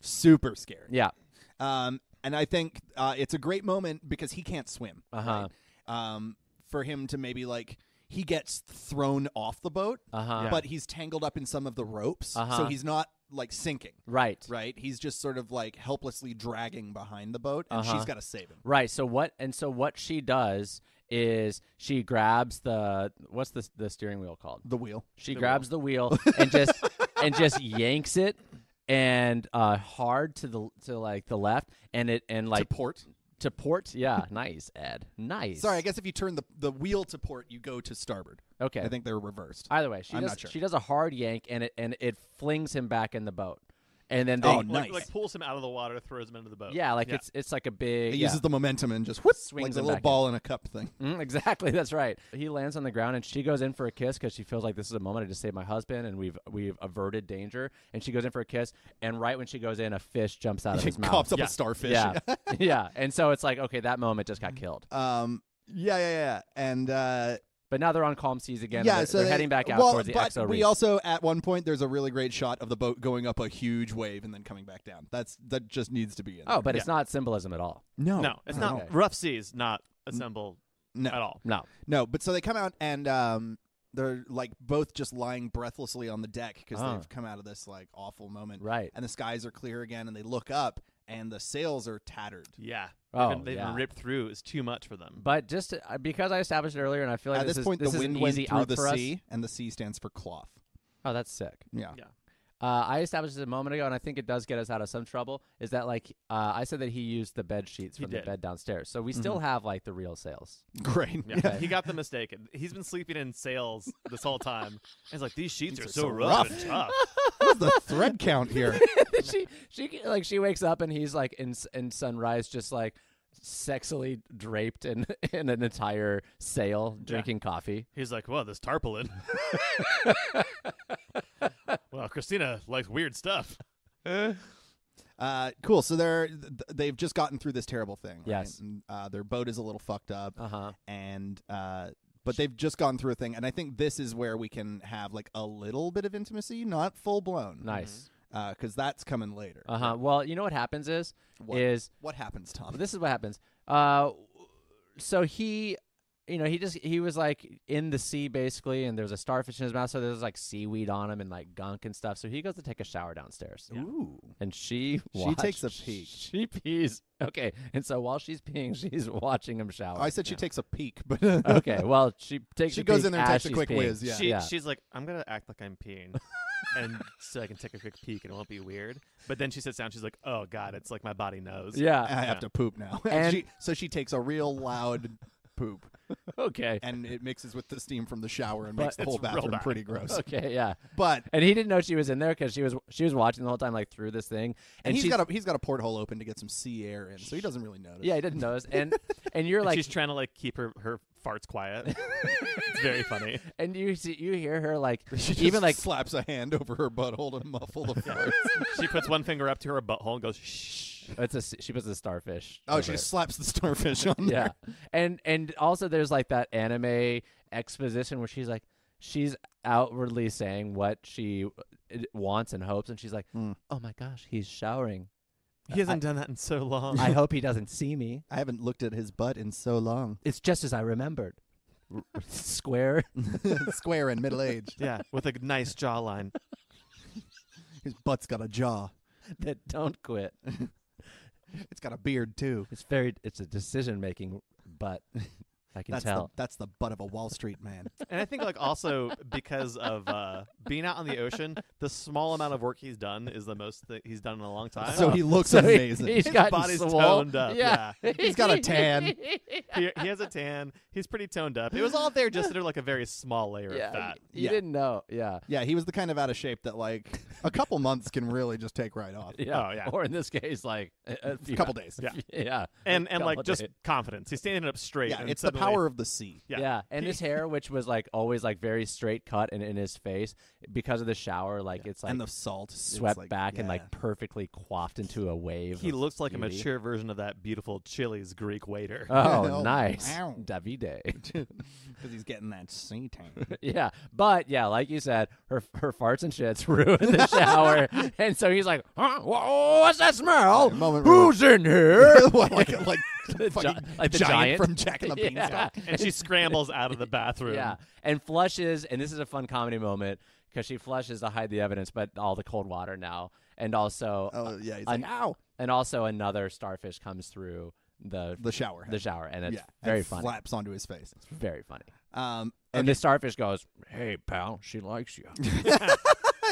Super scary. Yeah. Um, and I think uh, it's a great moment because he can't swim. Uh-huh. right? Um, for him to maybe like he gets thrown off the boat, Uh-huh. Yeah. but he's tangled up in some of the ropes, so Uh-huh. he's not like sinking. Right. Right, he's just sort of like helplessly dragging behind the boat, and Uh-huh. she's got to save him. Right. So what? And so what she does is she grabs the what's the the steering wheel called? The wheel. She grabs the wheel and just and just yanks it and uh hard to the to like the left and it and like to port. to port. Yeah. nice, Ed. Nice. Sorry, I guess if you turn the the wheel to port, you go to starboard. Okay. I think they're reversed. Either way, she I'm does, not sure. she does a hard yank and it and it flings him back in the boat. And then they Oh, Like, Nice. like pulls him out of the water, throws him into the boat. yeah, like it's it's like a big it yeah. uses the momentum and just whoop, Swings like the him little back ball in. a cup thing. Mm, exactly, that's right. He lands on the ground, and she goes in for a kiss because she feels like this is a moment I just saved my husband, and we've we've averted danger. And she goes in for a kiss, and right when she goes in, a fish jumps out of his It mouth. coughs up Yeah. a starfish. yeah, yeah. And so it's like, okay, that moment just got killed. Um. Yeah, yeah, yeah, and uh, But now they're on calm seas again. and yeah. they're, so they're they- heading back out well, towards the but exo we reef. also at one point there's a really great shot of the boat going up a huge wave and then coming back down. That's that just needs to be in. oh, but Yeah. it's not symbolism at all. no, No, it's not Okay. rough seas. Not assembled oh, no, at all. No. no. But so they come out and um, They're like both just lying breathlessly on the deck because Ah. they've come out of this like awful moment. Right. And the skies are clear again, and they look up, and the sails are tattered. Yeah. Oh, they've been, they've yeah. been ripped through. It's too much for them. But just uh, because I established it earlier, and I feel like At this, this, point, is, the this wind is an went easy through out the for sea, us. and the sea stands for cloth. Oh, that's sick. Yeah. Yeah. Uh, I established this a moment ago, and I think it does get us out of some trouble. Is that like uh, I said that he used the bed sheets He from the did. bed downstairs, so we Mm-hmm. still have like the real sails. Great. Yeah, he got the mistaken. He's been sleeping in sails this whole time. And he's like, these sheets are, so, rough, and tough. What's the thread count here? she she like she wakes up and he's like in in sunrise, just like sexily draped in in an entire sail, drinking coffee. He's like, well, this tarpaulin. well, Christina likes weird stuff. Uh, cool. So they're th- they've just gotten through this terrible thing. right? Yes. And, uh, their boat is a little fucked up, Uh Uh-huh. huh. and uh, but they've just gone through a thing, and I think this is where we can have like a little bit of intimacy, not full blown. Nice. Because that's coming later. Uh huh. Well, you know what happens is What? is What happens, Tom? But Um, this is what happens. Uh, so he, you know, he just he was like in the sea basically, and there was a starfish in his mouth, so there was like seaweed on him and like gunk and stuff. So he goes to take a shower downstairs, Ooh. and she She takes a watch- peek. She pees. Okay, and so while she's peeing, she's watching him shower. I said she takes a peek, but Oh, okay, well she takes. She a goes peek in there and takes as a she's quick peeing. whiz. Yeah. She, Yeah. She's like, I'm going to act like I'm peeing. and so I can take a quick peek and it won't be weird. But then she sits down. She's like, oh, God, it's like my body knows. Yeah. I have to poop now. And- she, so she takes a real loud poop, Okay. and it mixes with the steam from the shower and But makes the whole it's real bathroom bad. pretty gross. Okay. Yeah. But And he didn't know she was in there because she was she was watching the whole time like through this thing. and, he's she's- got a he's got a porthole open to get some sea air in, so he doesn't really notice. yeah, he didn't notice. And and you're And like she's trying to like keep her, her farts quiet. it's very funny. and you see, you hear her like She just even like slaps a hand over her butthole to muffle the farts. She puts one finger up to her butthole and goes, shh. it's a s- she puts a starfish. oh, over she it. just slaps the starfish on yeah, there. and and also there's like that anime exposition where she's like she's outwardly saying what she uh, wants and hopes, and she's like, Hmm. oh my gosh, he's showering. He hasn't done that in so long. I hope he doesn't see me. I haven't looked at his butt in so long. It's just as I remembered. R- Square. Square and middle aged. yeah, with a nice jawline. His butt's got a jaw. that don't quit. It's got a beard too. It's very. It's a decision making, but I can That's the, tell. that's the butt of a Wall Street man. And I think like also because of uh, being out on the ocean, the small amount of work he's done is the most that he's done in a long time. so he looks So he- amazing. he's His gotten body's swole. toned up. Yeah. he's got a tan. He, he has a tan. He's pretty toned up. It was all there just under like a very small layer yeah. of fat. You Yeah. didn't know. Yeah. Yeah, he was the kind of out of shape that like a couple months can really just take right off. Yeah. Oh, yeah. Or in this case, like a, a few- couple days. Yeah. Yeah. yeah. And and like Couple just days. confidence. He's standing up straight. Yeah, and it's the suddenly- power of the sea. Yeah. Yeah. And his hair, which was like always like very straight cut and in his face, because of the shower, like it's like and the salt it's swept like- back and yeah. like perfectly coiffed into a wave. He of looks like a beauty. mature version of that beautiful Chili's Greek waiter. Oh, Oh, nice. wow. Davide. because he's getting that sea tank. yeah. But yeah, like you said, her her farts and shits ruined the shower. and so he's like, huh? Whoa, what's that smell? Yeah, moment where- Who's in here? what, like a- like The fucking gi- like the giant? giant, from Jack and the Yeah. Beanstalk. and she scrambles out of the bathroom. Yeah, and flushes, and this is a fun comedy moment because she flushes to hide the evidence, but all the cold water now, and also, Oh yeah, he's Uh, an- like ow and also another starfish comes through the the shower. head. the shower, and it's yeah, very and funny, Flaps onto his face. very funny. Um, And the starfish goes, "Hey, pal, she likes you."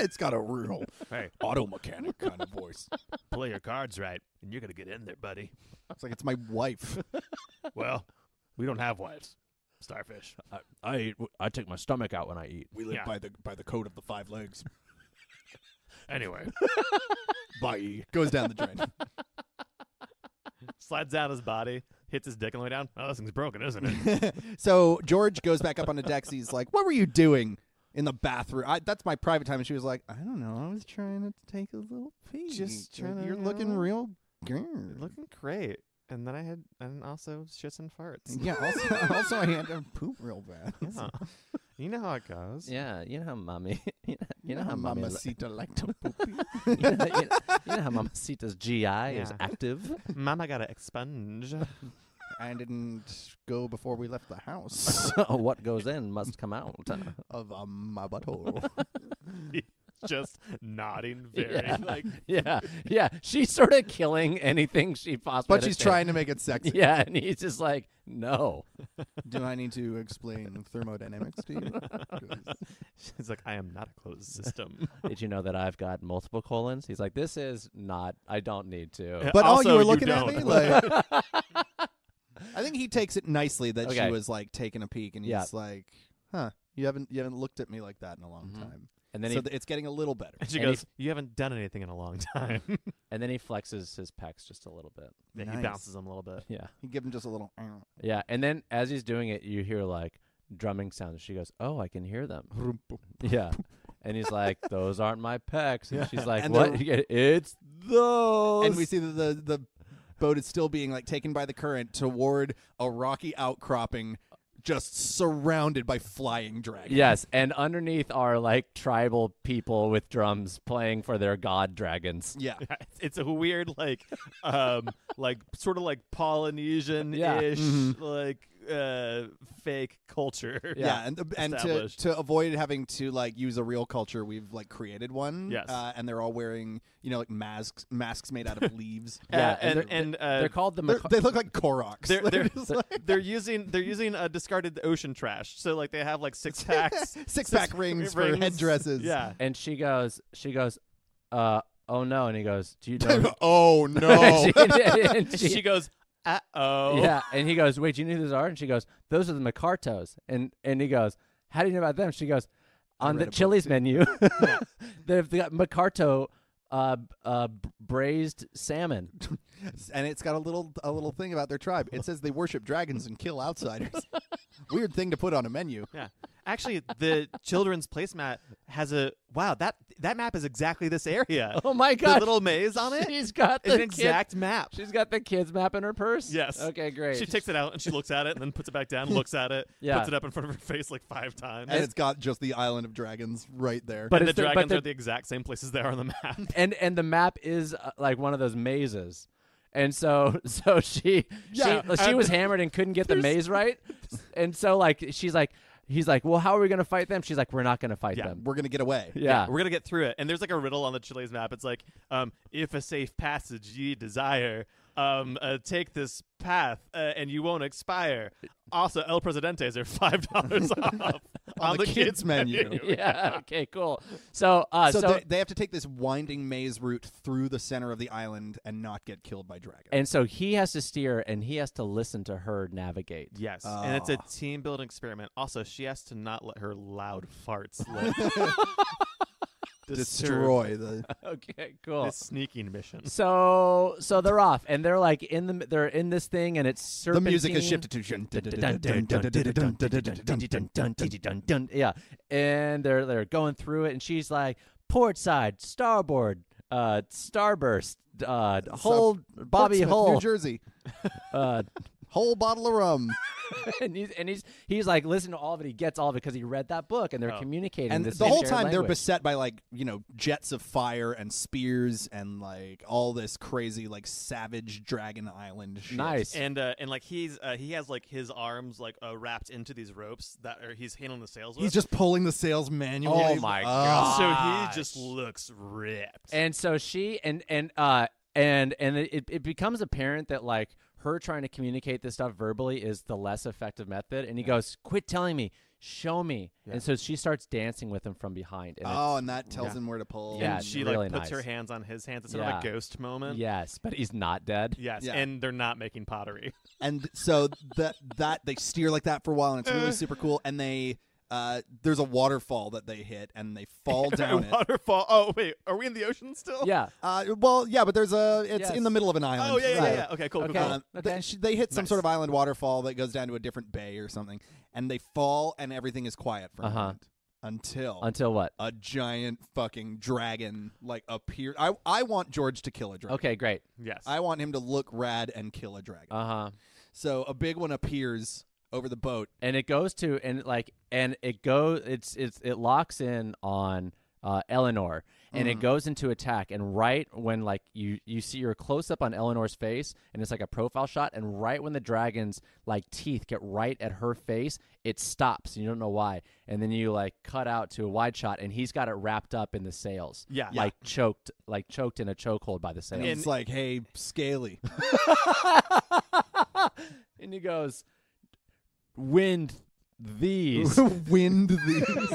it's got a real Hey, auto mechanic kind of voice. play your cards right, and you're going to get in there, buddy. It's like it's my wife. Well, we don't have wives. Starfish. I, I eat- I take my stomach out when I eat. We live Yeah. by the by the code of the five legs. Anyway, Bye. Goes down the drain. Slides out his body, hits his dick on the way down. oh, this thing's broken, isn't it? So George goes back up on the decks. He's like, "What were you doing in the bathroom? I, that's my private time." And she was like, "I don't know. I was trying to take a little peek. Just You're- trying to, You're you looking know, real good. Looking great. And then I had and also shits and farts. yeah. Also, also, I had to poop real bad. Yeah. you know how it goes. Yeah, you know how mommy, you know, you know how mommy li- mamacita like to poop. you, know, you know- you know how mamacita's GI is Yeah. active. Mama got to expunge. I didn't go before we left the house Oh, what goes in must come out. of um, my butthole. Just nodding very like yeah, yeah. She's sort of killing anything she possibly. but she's trying to make it sexy. Yeah, and he's just like, no. Do I need to explain thermodynamics to you? 'Cause it's like I am not a closed system. Did you know that I've got multiple colons? He's like, this is not. I don't need to. But Also, all you were you looking at don't. me like. I think he takes it nicely that Okay. she was like taking a peek, and he's Yeah. like, "Huh, you haven't you haven't looked at me like that in a long Mhm. time." And then so he th- it's getting a little better. And she And he- goes, "You haven't done anything in a long time." and then he flexes his pecs just a little bit. Yeah, Nice. He bounces him a little bit. Yeah, You give him just a little. "Mm." yeah. And then as he's doing it, you hear like drumming sounds. She goes, oh, I can hear them. Yeah. And he's like, those aren't my pecs. And she's like, And what? It's those. and we see that the the boat is still being like taken by the current toward a rocky outcropping, just surrounded by flying dragons. Yes, and underneath are like tribal people with drums playing for their god dragons. Yeah. It's- It's a weird, like, um, like sort of like Polynesian-ish, Yeah. Mm-hmm. like uh, fake culture. Yeah, and uh, and to, Established. to avoid having to like use a real culture, we've like created one. Yes. uh, and they're all wearing you know like masks, masks made out of leaves. Uh, Yeah, and and they're- and, uh, They're called the They're- Maca- they look like Koroks. they're they're, just they're, using they're using a discarded ocean trash. So like they have like six packs, six pack rings for headdresses. Yeah, and she goes she goes uh oh no and he goes do you know oh no! she, and and she- she goes, "Uh oh." yeah and he goes wait do you know who those are and she goes those are the macartos and and he goes how do you know about them she goes read on a the book, chili's too." menu they've got macarto uh, b- uh, b- braised salmon. and it's got a little a little thing about their tribe. It says they worship dragons and kill outsiders. Weird thing to put on a menu. Yeah. Actually, the children's placemat has a wow. That that map is exactly this area. Oh my the god! little maze on it. She's got It's the an kid- exact map. She's got the kids map in her purse. Yes. Okay, great. She takes it out and she looks at it and then puts it back down, looks at it, Yeah. puts it up in front of her face like five times. And it's got just the island of dragons right there. But And the it's the- but dragons the- are the exact same places they are on the map. and and the map is uh, like one of those mazes and so so she Yeah, she, she was hammered and couldn't get the maze right and so like she's like he's like well how are we gonna fight them she's like we're not gonna fight Yeah. them We're gonna get away. yeah, We're gonna get through it. And there's like a riddle on the Chile's map. It's like, um, if a safe passage ye desire, um, uh, take this path uh, and you won't expire. Also, El Presidentes are five dollars off on, On the, kids, menu. yeah okay cool so uh so so, they, they have to take this winding maze route through the center of the island and not get killed by dragons. and so he has to steer and he has to listen to her navigate Yes, and it's a Ah. team building experiment. Also, she has to not let her loud farts like, disturb Destroy the. okay cool this sneaking mission. so so they're off and they're like in the they're in this thing and it's The serpentine. music has shifted to. yeah and they're they're going through it and she's like port side starboard uh starburst uh hold bobby Portsmouth, New hole Jersey. uh Whole bottle of rum. and he's and he's he's like listen to all of it he gets all of it because he read that book and they're Oh. communicating and this the whole shared time they're language. beset by like you know jets of fire and spears and like all this crazy like savage dragon island shit. nice And uh, and like he's uh, he has like his arms like uh, wrapped into these ropes that are he's handling the sails with. he's just pulling the sails manually Oh my Ah. God. so he Gosh. just looks ripped. and so she and and uh and and it, it becomes apparent that like her trying to communicate this stuff verbally is the less effective method and he goes quit telling me show me and so she starts dancing with him from behind and oh and that tells yeah. him where to pull Yeah, and she really like puts her nice. hands on his hands. It's sort of a Yeah. ghost moment. yes but he's not dead Yes, Yeah. and they're not making pottery. and so that that they steer like that for a while and Uh. it's really super cool and they uh there's a waterfall that they hit and they fall down it Waterfall. Oh wait, are we in the ocean still? yeah uh well yeah but there's a it's Yes. in the middle of an island Oh yeah, yeah, yeah. Right. yeah. Okay, cool. cool, Okay. cool. Um, Okay. they, she, they hit some Nice. sort of island waterfall that goes down to a different bay or something, and they fall, and everything is quiet for Uh-huh. a moment until until what a giant fucking dragon like appears. I I want George to kill a dragon. okay great Yes. I want him to look rad and kill a dragon. uh-huh so a big one appears over the boat. and it goes to and like and it goes it's it's it locks in on uh, Eleanor, and it goes into attack. And right when like you you see your close up on Eleanor's face, and it's like a profile shot, and right when the dragon's like teeth get right at her face, it stops. And you don't know why, and then you like cut out to a wide shot, and he's got it wrapped up in the sails. Yeah. Yeah. like choked, like choked in a chokehold by the sails. And it's like, hey, scaly. and he goes, "Wind these." Wind these.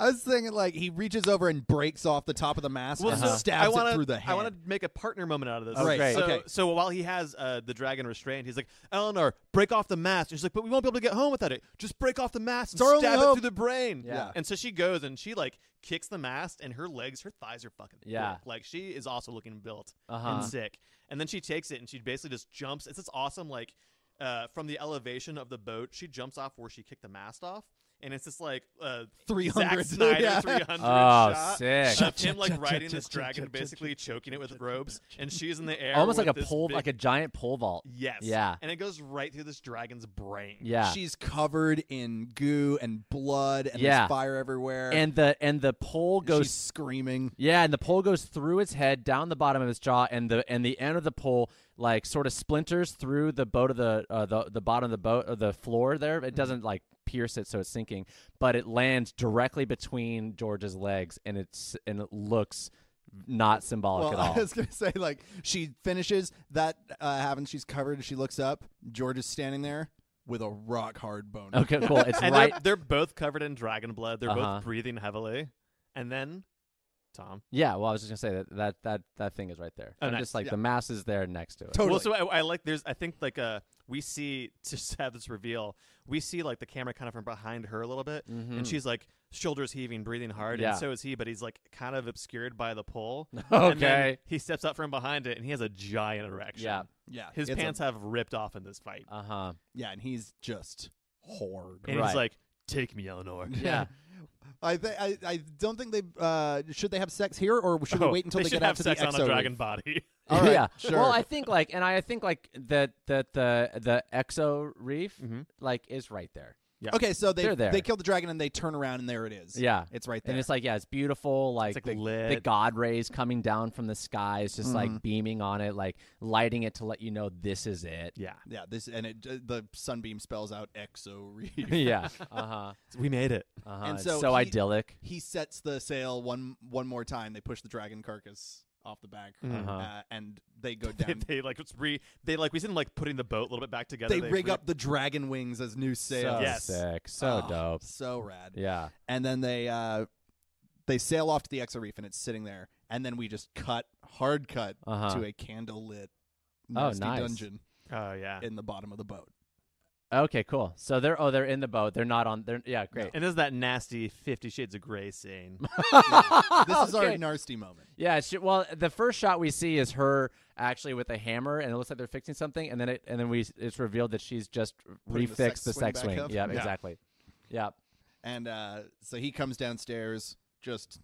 I was thinking like he reaches over and breaks off the top of the mask Well, and so stabs I wanna, it through the head. I want to make a partner moment out of this. Oh, great. So, Okay. so while he has uh, the dragon restrained, he's like, Eleanor, break off the mask. And she's like, but we won't be able to get home without it. Just break off the mask and It's our only stab it hope." through the brain. Yeah. And so she goes and she like kicks the mask and her legs, her thighs are fucking Yeah. built. Like she is also looking built Uh-huh. and sick. And then she takes it and she basically just jumps. It's this awesome like uh, from the elevation of the boat, she jumps off where she kicked the mask off. And it's this like uh, 300, Zack Snyder yeah. 300 Oh, shot sick. of him like riding this dragon, basically choking it with ropes, and she's in the air, Almost like with a this pole, big- like a giant pole vault. yes, Yeah. and it goes right through this dragon's brain. Yeah. She's covered in goo and blood and Yeah. there's fire everywhere. and the and the pole she's goes screaming. Yeah, and the pole goes through his head, down the bottom of his jaw, and the and the end of the pole like sort of splinters through the boat of the uh, the the bottom of the boat or the floor there. Mm-hmm. It doesn't like pierce it, so it's sinking, but it lands directly between George's legs, and it's and it looks not symbolic Well, at I all. was gonna say like she finishes that uh, happens. She's covered and she looks up. George is standing there with a rock hard bone. Okay, cool. It's and right. they're, they're both covered in dragon blood. They're Uh-huh. both breathing heavily, and then Tom. Yeah. Well, I was just gonna say that that that, that thing is right there. Oh, I'm nice. just like Yeah. the mass is there next to it. Totally. Well, so I, I like there's I think like uh we see to just have this reveal we see like the camera kind of from behind her a little bit and she's like shoulders heaving breathing hard Mm-hmm. Yeah. and so is he but he's like kind of obscured by the pole and then Okay. he steps up from behind it and he has a giant erection Yeah. yeah, his it's a- pants have ripped off in this fight Uh huh. yeah, and he's just hard. and Right. he's like take me Eleanor Yeah. I, th- I I don't think they uh, should they have sex here or should we wait until they, Oh, should get out have to sex the on exo a dragon reef? body All right, yeah. sure. Well, I think like, and I, I think like that that the the exo reef like is right there. Yeah. Okay, so they They're there. they kill the dragon and they turn around and there it is. Yeah. it's right there. And it's like yeah, it's beautiful. Like, like, the, lit. the god rays coming down from the sky is just like beaming on it, like lighting it to let you know this is it. yeah yeah, this and it uh, the sunbeam spells out E. exo reef. yeah. Uh huh. we made it Uh-huh. And It's so so he- idyllic. he sets the sail one one more time. They push the dragon carcass off the back, Uh-huh. uh, and they go they, down. they like it's re they like we see them like putting the boat a little bit back together they rig re- up the dragon wings as new So sails. Yes. sick. So Oh, dope. So rad. Yeah. And then they uh, they sail off to the Exo Reef, and it's sitting there. And then we just cut hard cut Uh-huh. to a candle lit Oh, nasty nice. dungeon oh yeah in the bottom of the boat. Okay. Cool. So they're oh they're in the boat. They're not on. They're yeah. Great. and there's that nasty Fifty Shades of Grey scene. This is our Oh, Okay. nasty moment. Yeah, she, well, the first shot we see is her actually with a hammer, and it looks like they're fixing something, and then it, and then we it's revealed that she's just Putting the sex refixed the swing sex back swing. up. Yeah, Yeah. exactly. Yeah, And uh, so he comes downstairs, just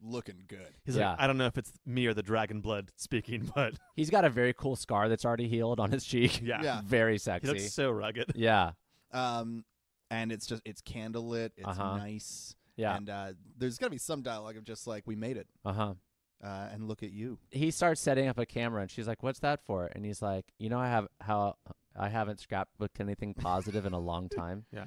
looking good. He's Yeah. like, I don't know if it's me or the dragon blood speaking, but he's got a very cool scar that's already healed on his cheek. yeah, Yeah. very he sexy. looks so rugged. yeah, Um, and it's just it's candlelit. It's Uh-huh. nice. yeah, And uh, there's got to be some dialogue of just like we made it, uh huh. uh, and look at you. He starts setting up a camera, and she's like, "What's that for?" And he's like, "You know, I have how I haven't scrapbooked anything positive in a long time. Yeah.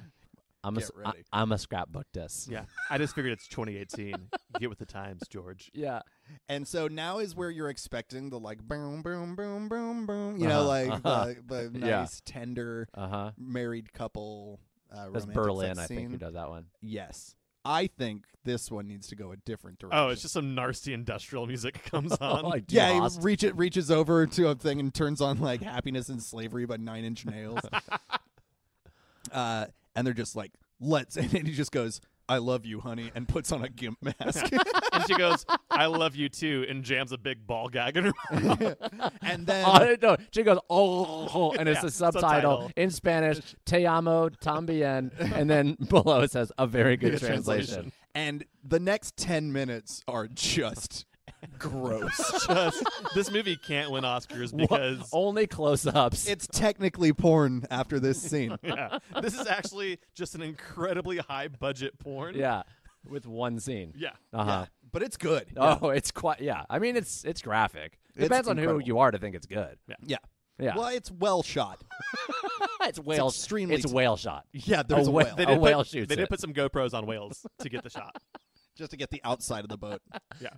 I'm a Get s- I, ready. I'm a scrapbook this. Yeah, I just figured it's 2018. Get with the times, George. yeah, And so now is where you're expecting the like boom, boom, boom, boom, boom. You know, Uh-huh, like uh-huh. the, the Yeah. nice, tender uh huh. married couple. Uh, That's romantic Berlin, sex I think, who scene. does that one. Yes, I think this one needs to go a different direction. Oh, it's just some nasty industrial music comes Oh, on. like, yeah. he Lost. reach it reaches over to a thing and turns on like "Happiness and Slavery" by Nine Inch Nails. uh, and they're just like, "Let's," and he just goes, "I love you, honey," and puts on a gimp mask. and she goes, "I love you too," and jams a big ball gag in her mouth. and then Oh, no, she goes, oh, and it's Yeah, a subtitle, subtitle. in Spanish, Te amo también. And then below it says, a very good translation. translation. And the next 10 minutes are just gross. Just- this movie can't win Oscars because Only close ups. it's technically porn after this scene. yeah, this is actually just an incredibly high budget porn. Yeah. with one scene. Yeah. Uh-huh. But it's good. Oh, it's quite yeah. I mean, it's it's graphic. It's Depends on incredible. who you are to think it's good. yeah. Yeah. Well, it's well shot. it's whale extremely It's t- whale shot. Yeah, there's a, whale- whale they They A did whale put, shoots They it. did put some GoPros on whales to get the shot. just to get the outside of the boat. Yeah.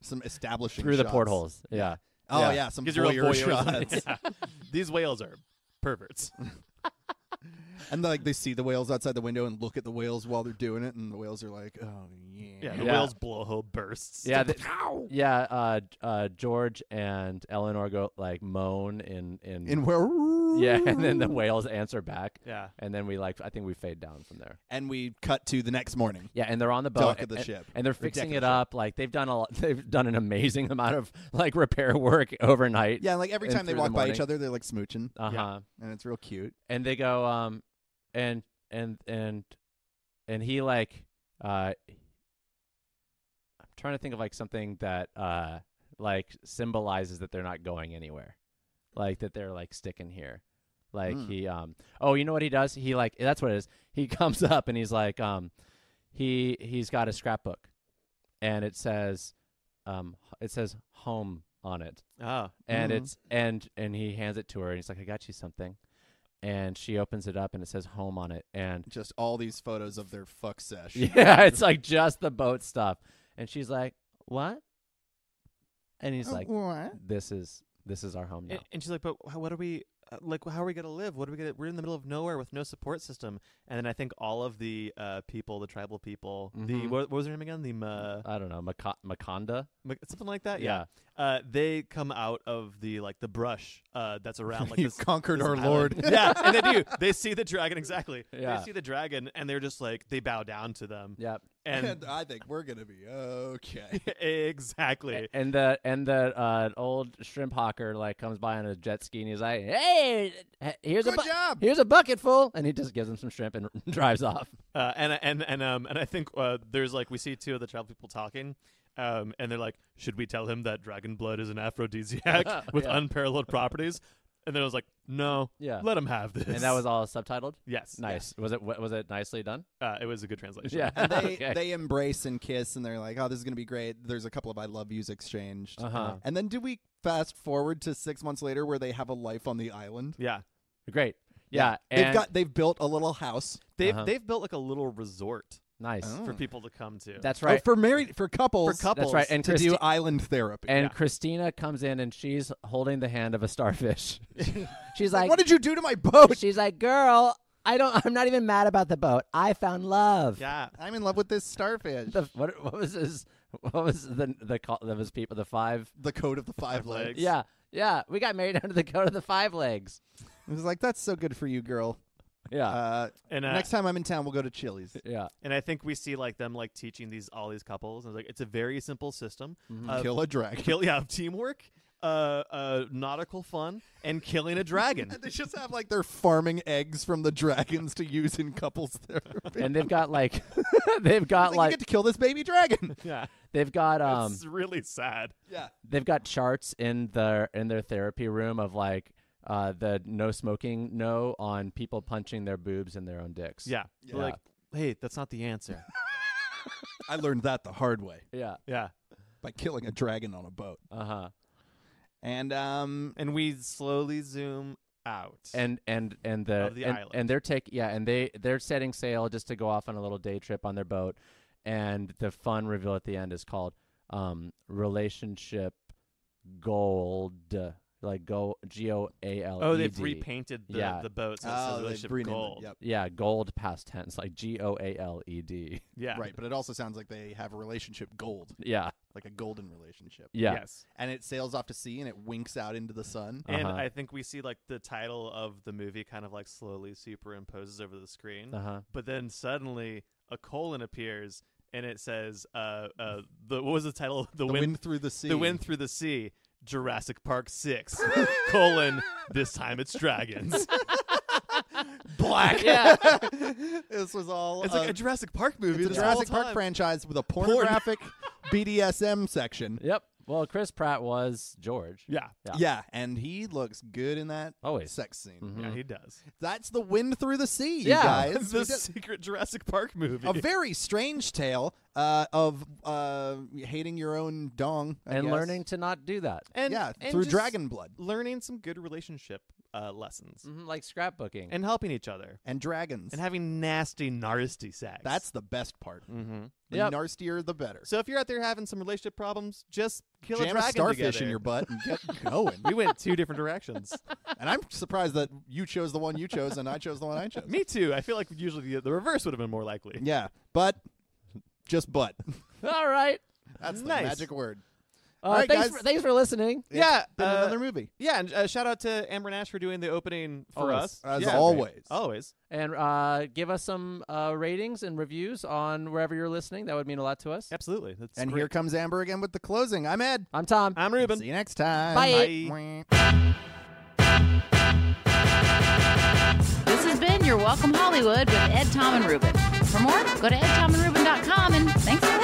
Some establishing through the shots. portholes. Yeah. Oh Yeah. yeah, some Gives you real voyeur voyeurism. shots. Yeah. These whales are perverts. and like they see the whales outside the window and look at the whales while they're doing it, and the whales are like, "Oh Yeah, yeah." the Yeah. whale's blowhole bursts. Yeah. th- yeah. Uh, uh, George and Eleanor go like moan in in, And where? yeah, and then the whales answer back. Yeah. And then we like I think we fade down from there. and we cut to the next morning. Yeah, and they're on the boat Dock of the and, ship. and they're Or deck of fixing the it ship. up. Like they've done a lot, they've done an amazing amount of like repair work overnight. Yeah, and like every And time they through the walk by each morning. other, they're like smooching, Uh huh. and it's real cute. and they go um and and and and he like uh i'm trying to think of like something that uh like symbolizes that they're not going anywhere like that they're like sticking here like Mm. he um oh you know what he does he like that's what it is he comes up and he's like um he he's got a scrapbook and it says um it says home on it Ah. and Mhm. it's and and he hands it to her and he's like i got you something and she opens it up and it says home on it and Just all these photos of their fuck sesh. yeah it's like just the boat stuff and she's like what and he's like Uh, what? this is this is our home now And, and she's like, but wh- what are we, uh, like, how are we going to live? What are we going to, we're in the middle of nowhere with no support system. And then I think all of the uh, people, the tribal people, the, Mhm. what, what was her name again? The Ma, i don't know Maca- maconda Ma- something like that? yeah Uh, they come out of the, like, the brush uh, that's around, like, you this. conquered this our island. lord. yeah, and they do. They see the dragon exactly. Yeah. They see the dragon, and they're just like they bow down to them. yeah And I think we're gonna be okay. exactly. and the and the uh, old shrimp hawker like comes by on a jet ski and he's like hey here's a Good bu- job. here's a bucket full and he just gives him some shrimp and drives off Uh, and and and um and I think uh, there's like we see two of the travel people talking. Um, and they're like, should we tell him that dragon blood is an aphrodisiac with Yeah. unparalleled properties? And then I was like, no, Yeah. let him have this. and that was all subtitled yes, Nice. Was it was it nicely done? yes. Uh, it was a good translation. And they Okay. they embrace and kiss, and they're like, "Oh, this is gonna be great." There's a couple of "I love yous" exchanged, Uh, Uh-huh. and then do we fast forward to six months later where they have a life on the island? yeah. Great. Yeah. they've and- got they've built a little house. uh, They've Uh-huh. they've built like a little resort nice. Oh. for people to come to. That's Oh, right. for married for couples. For couples. That's right. And to Christi- do island therapy. and Christina comes in and she's holding the hand of a starfish. she's like, what did you do to my boat? she's like, girl, I don't. I'm not even mad about the boat. I found love. yeah. I'm in love with this starfish. The, what, what was his? What was the the call of his people? The five. the code of the five legs. legs. Yeah. Yeah. We got married under the coat of the five legs. It was like that's so good for you, girl. Yeah. Uh, And uh, next time I'm in town, we'll go to Chili's. yeah. and I think we see like them like teaching these all these couples. And it's like it's a very simple system. Mm-hmm. of- Kill a dragon. Uh, kill yeah of teamwork uh uh nautical fun and killing a dragon they just have like their farming eggs from the dragons to use in couples therapy. And they've got like, they've got Like, like, you get to kill this baby dragon. yeah they've got um. it's really sad yeah. they've got charts in their in their therapy room of like uh, the no smoking no on people punching their boobs and their own dicks. yeah, Yeah. like hey that's not the answer I learned that the hard way yeah, yeah by killing a dragon on a boat. uh Uh-huh. huh. And um and we slowly zoom out And and and the, Of the and, island. and they're take yeah, and they they're setting sail just to go off on a little day trip on their boat, and the fun reveal at the end is called um, relationship gold, like go g o a l. oh they've E D. repainted the, Yeah. the boat so oh, it's they a relationship renamed it. gold Yep. Yeah, gold past tense, like G O A L E D. yeah Right, but it also sounds like they have a relationship gold, Yeah, like a golden relationship. yeah. yes And it sails off to sea and it winks out into the sun. and Uh-huh. i think we see like the title of the movie kind of like slowly superimposes over the screen Uh huh. but then suddenly a colon appears and it says uh uh the what was the title The the, wind wind through the sea. The Wind Through the Sea, Jurassic Park 6, colon, this time it's dragons. black. Yeah. this was all. It's uh, like a Jurassic Park movie. it's a this Jurassic whole Park time. franchise with a pornographic BDSM section. Yep. Well, Chris Pratt was George. Yeah. Yeah. Yeah, and he looks good in that Always. sex scene. Mhm. Yeah, he does. That's the wind through the sea, you Yeah. guys. We Mm-hmm. the did- secret Jurassic Park movie. a very strange tale uh, of uh, hating your own dong I and guess. learning to not do that. and, yeah, and through just dragon Mm. blood Learning some good relationship uh, lessons Mhm, like scrapbooking. and helping each other and dragons. and having nasty, nasty sex. That's the best part. Mm-hmm. The Yep. nastier, the better. So if you're out there having some relationship problems, just kill Jam a a dragon starfish together. in your butt and get going. we went two different directions. and I'm surprised that you chose the one you chose and I chose the one I chose. Me too. I feel like usually the, the reverse would have been more likely. Yeah, but just but. All right. That's the Nice. magic word. Uh, All right, thanks, guys. For, thanks for listening. It's Yeah, been uh, another movie Yeah, and uh, shout out to Amber Nash for doing the opening for Always. us. as yeah, always. Always. And uh, give us some uh, ratings and reviews on wherever you're listening. That would mean a lot to us. Absolutely. That's and great. here comes Amber again with the closing. I'm Ed. I'm Tom. I'm Ruben. See you next time. Bye. Bye. This has been Your Welcome Hollywood with Ed, Tom, and Ruben. For more, go to edtomandruben.com and thanks for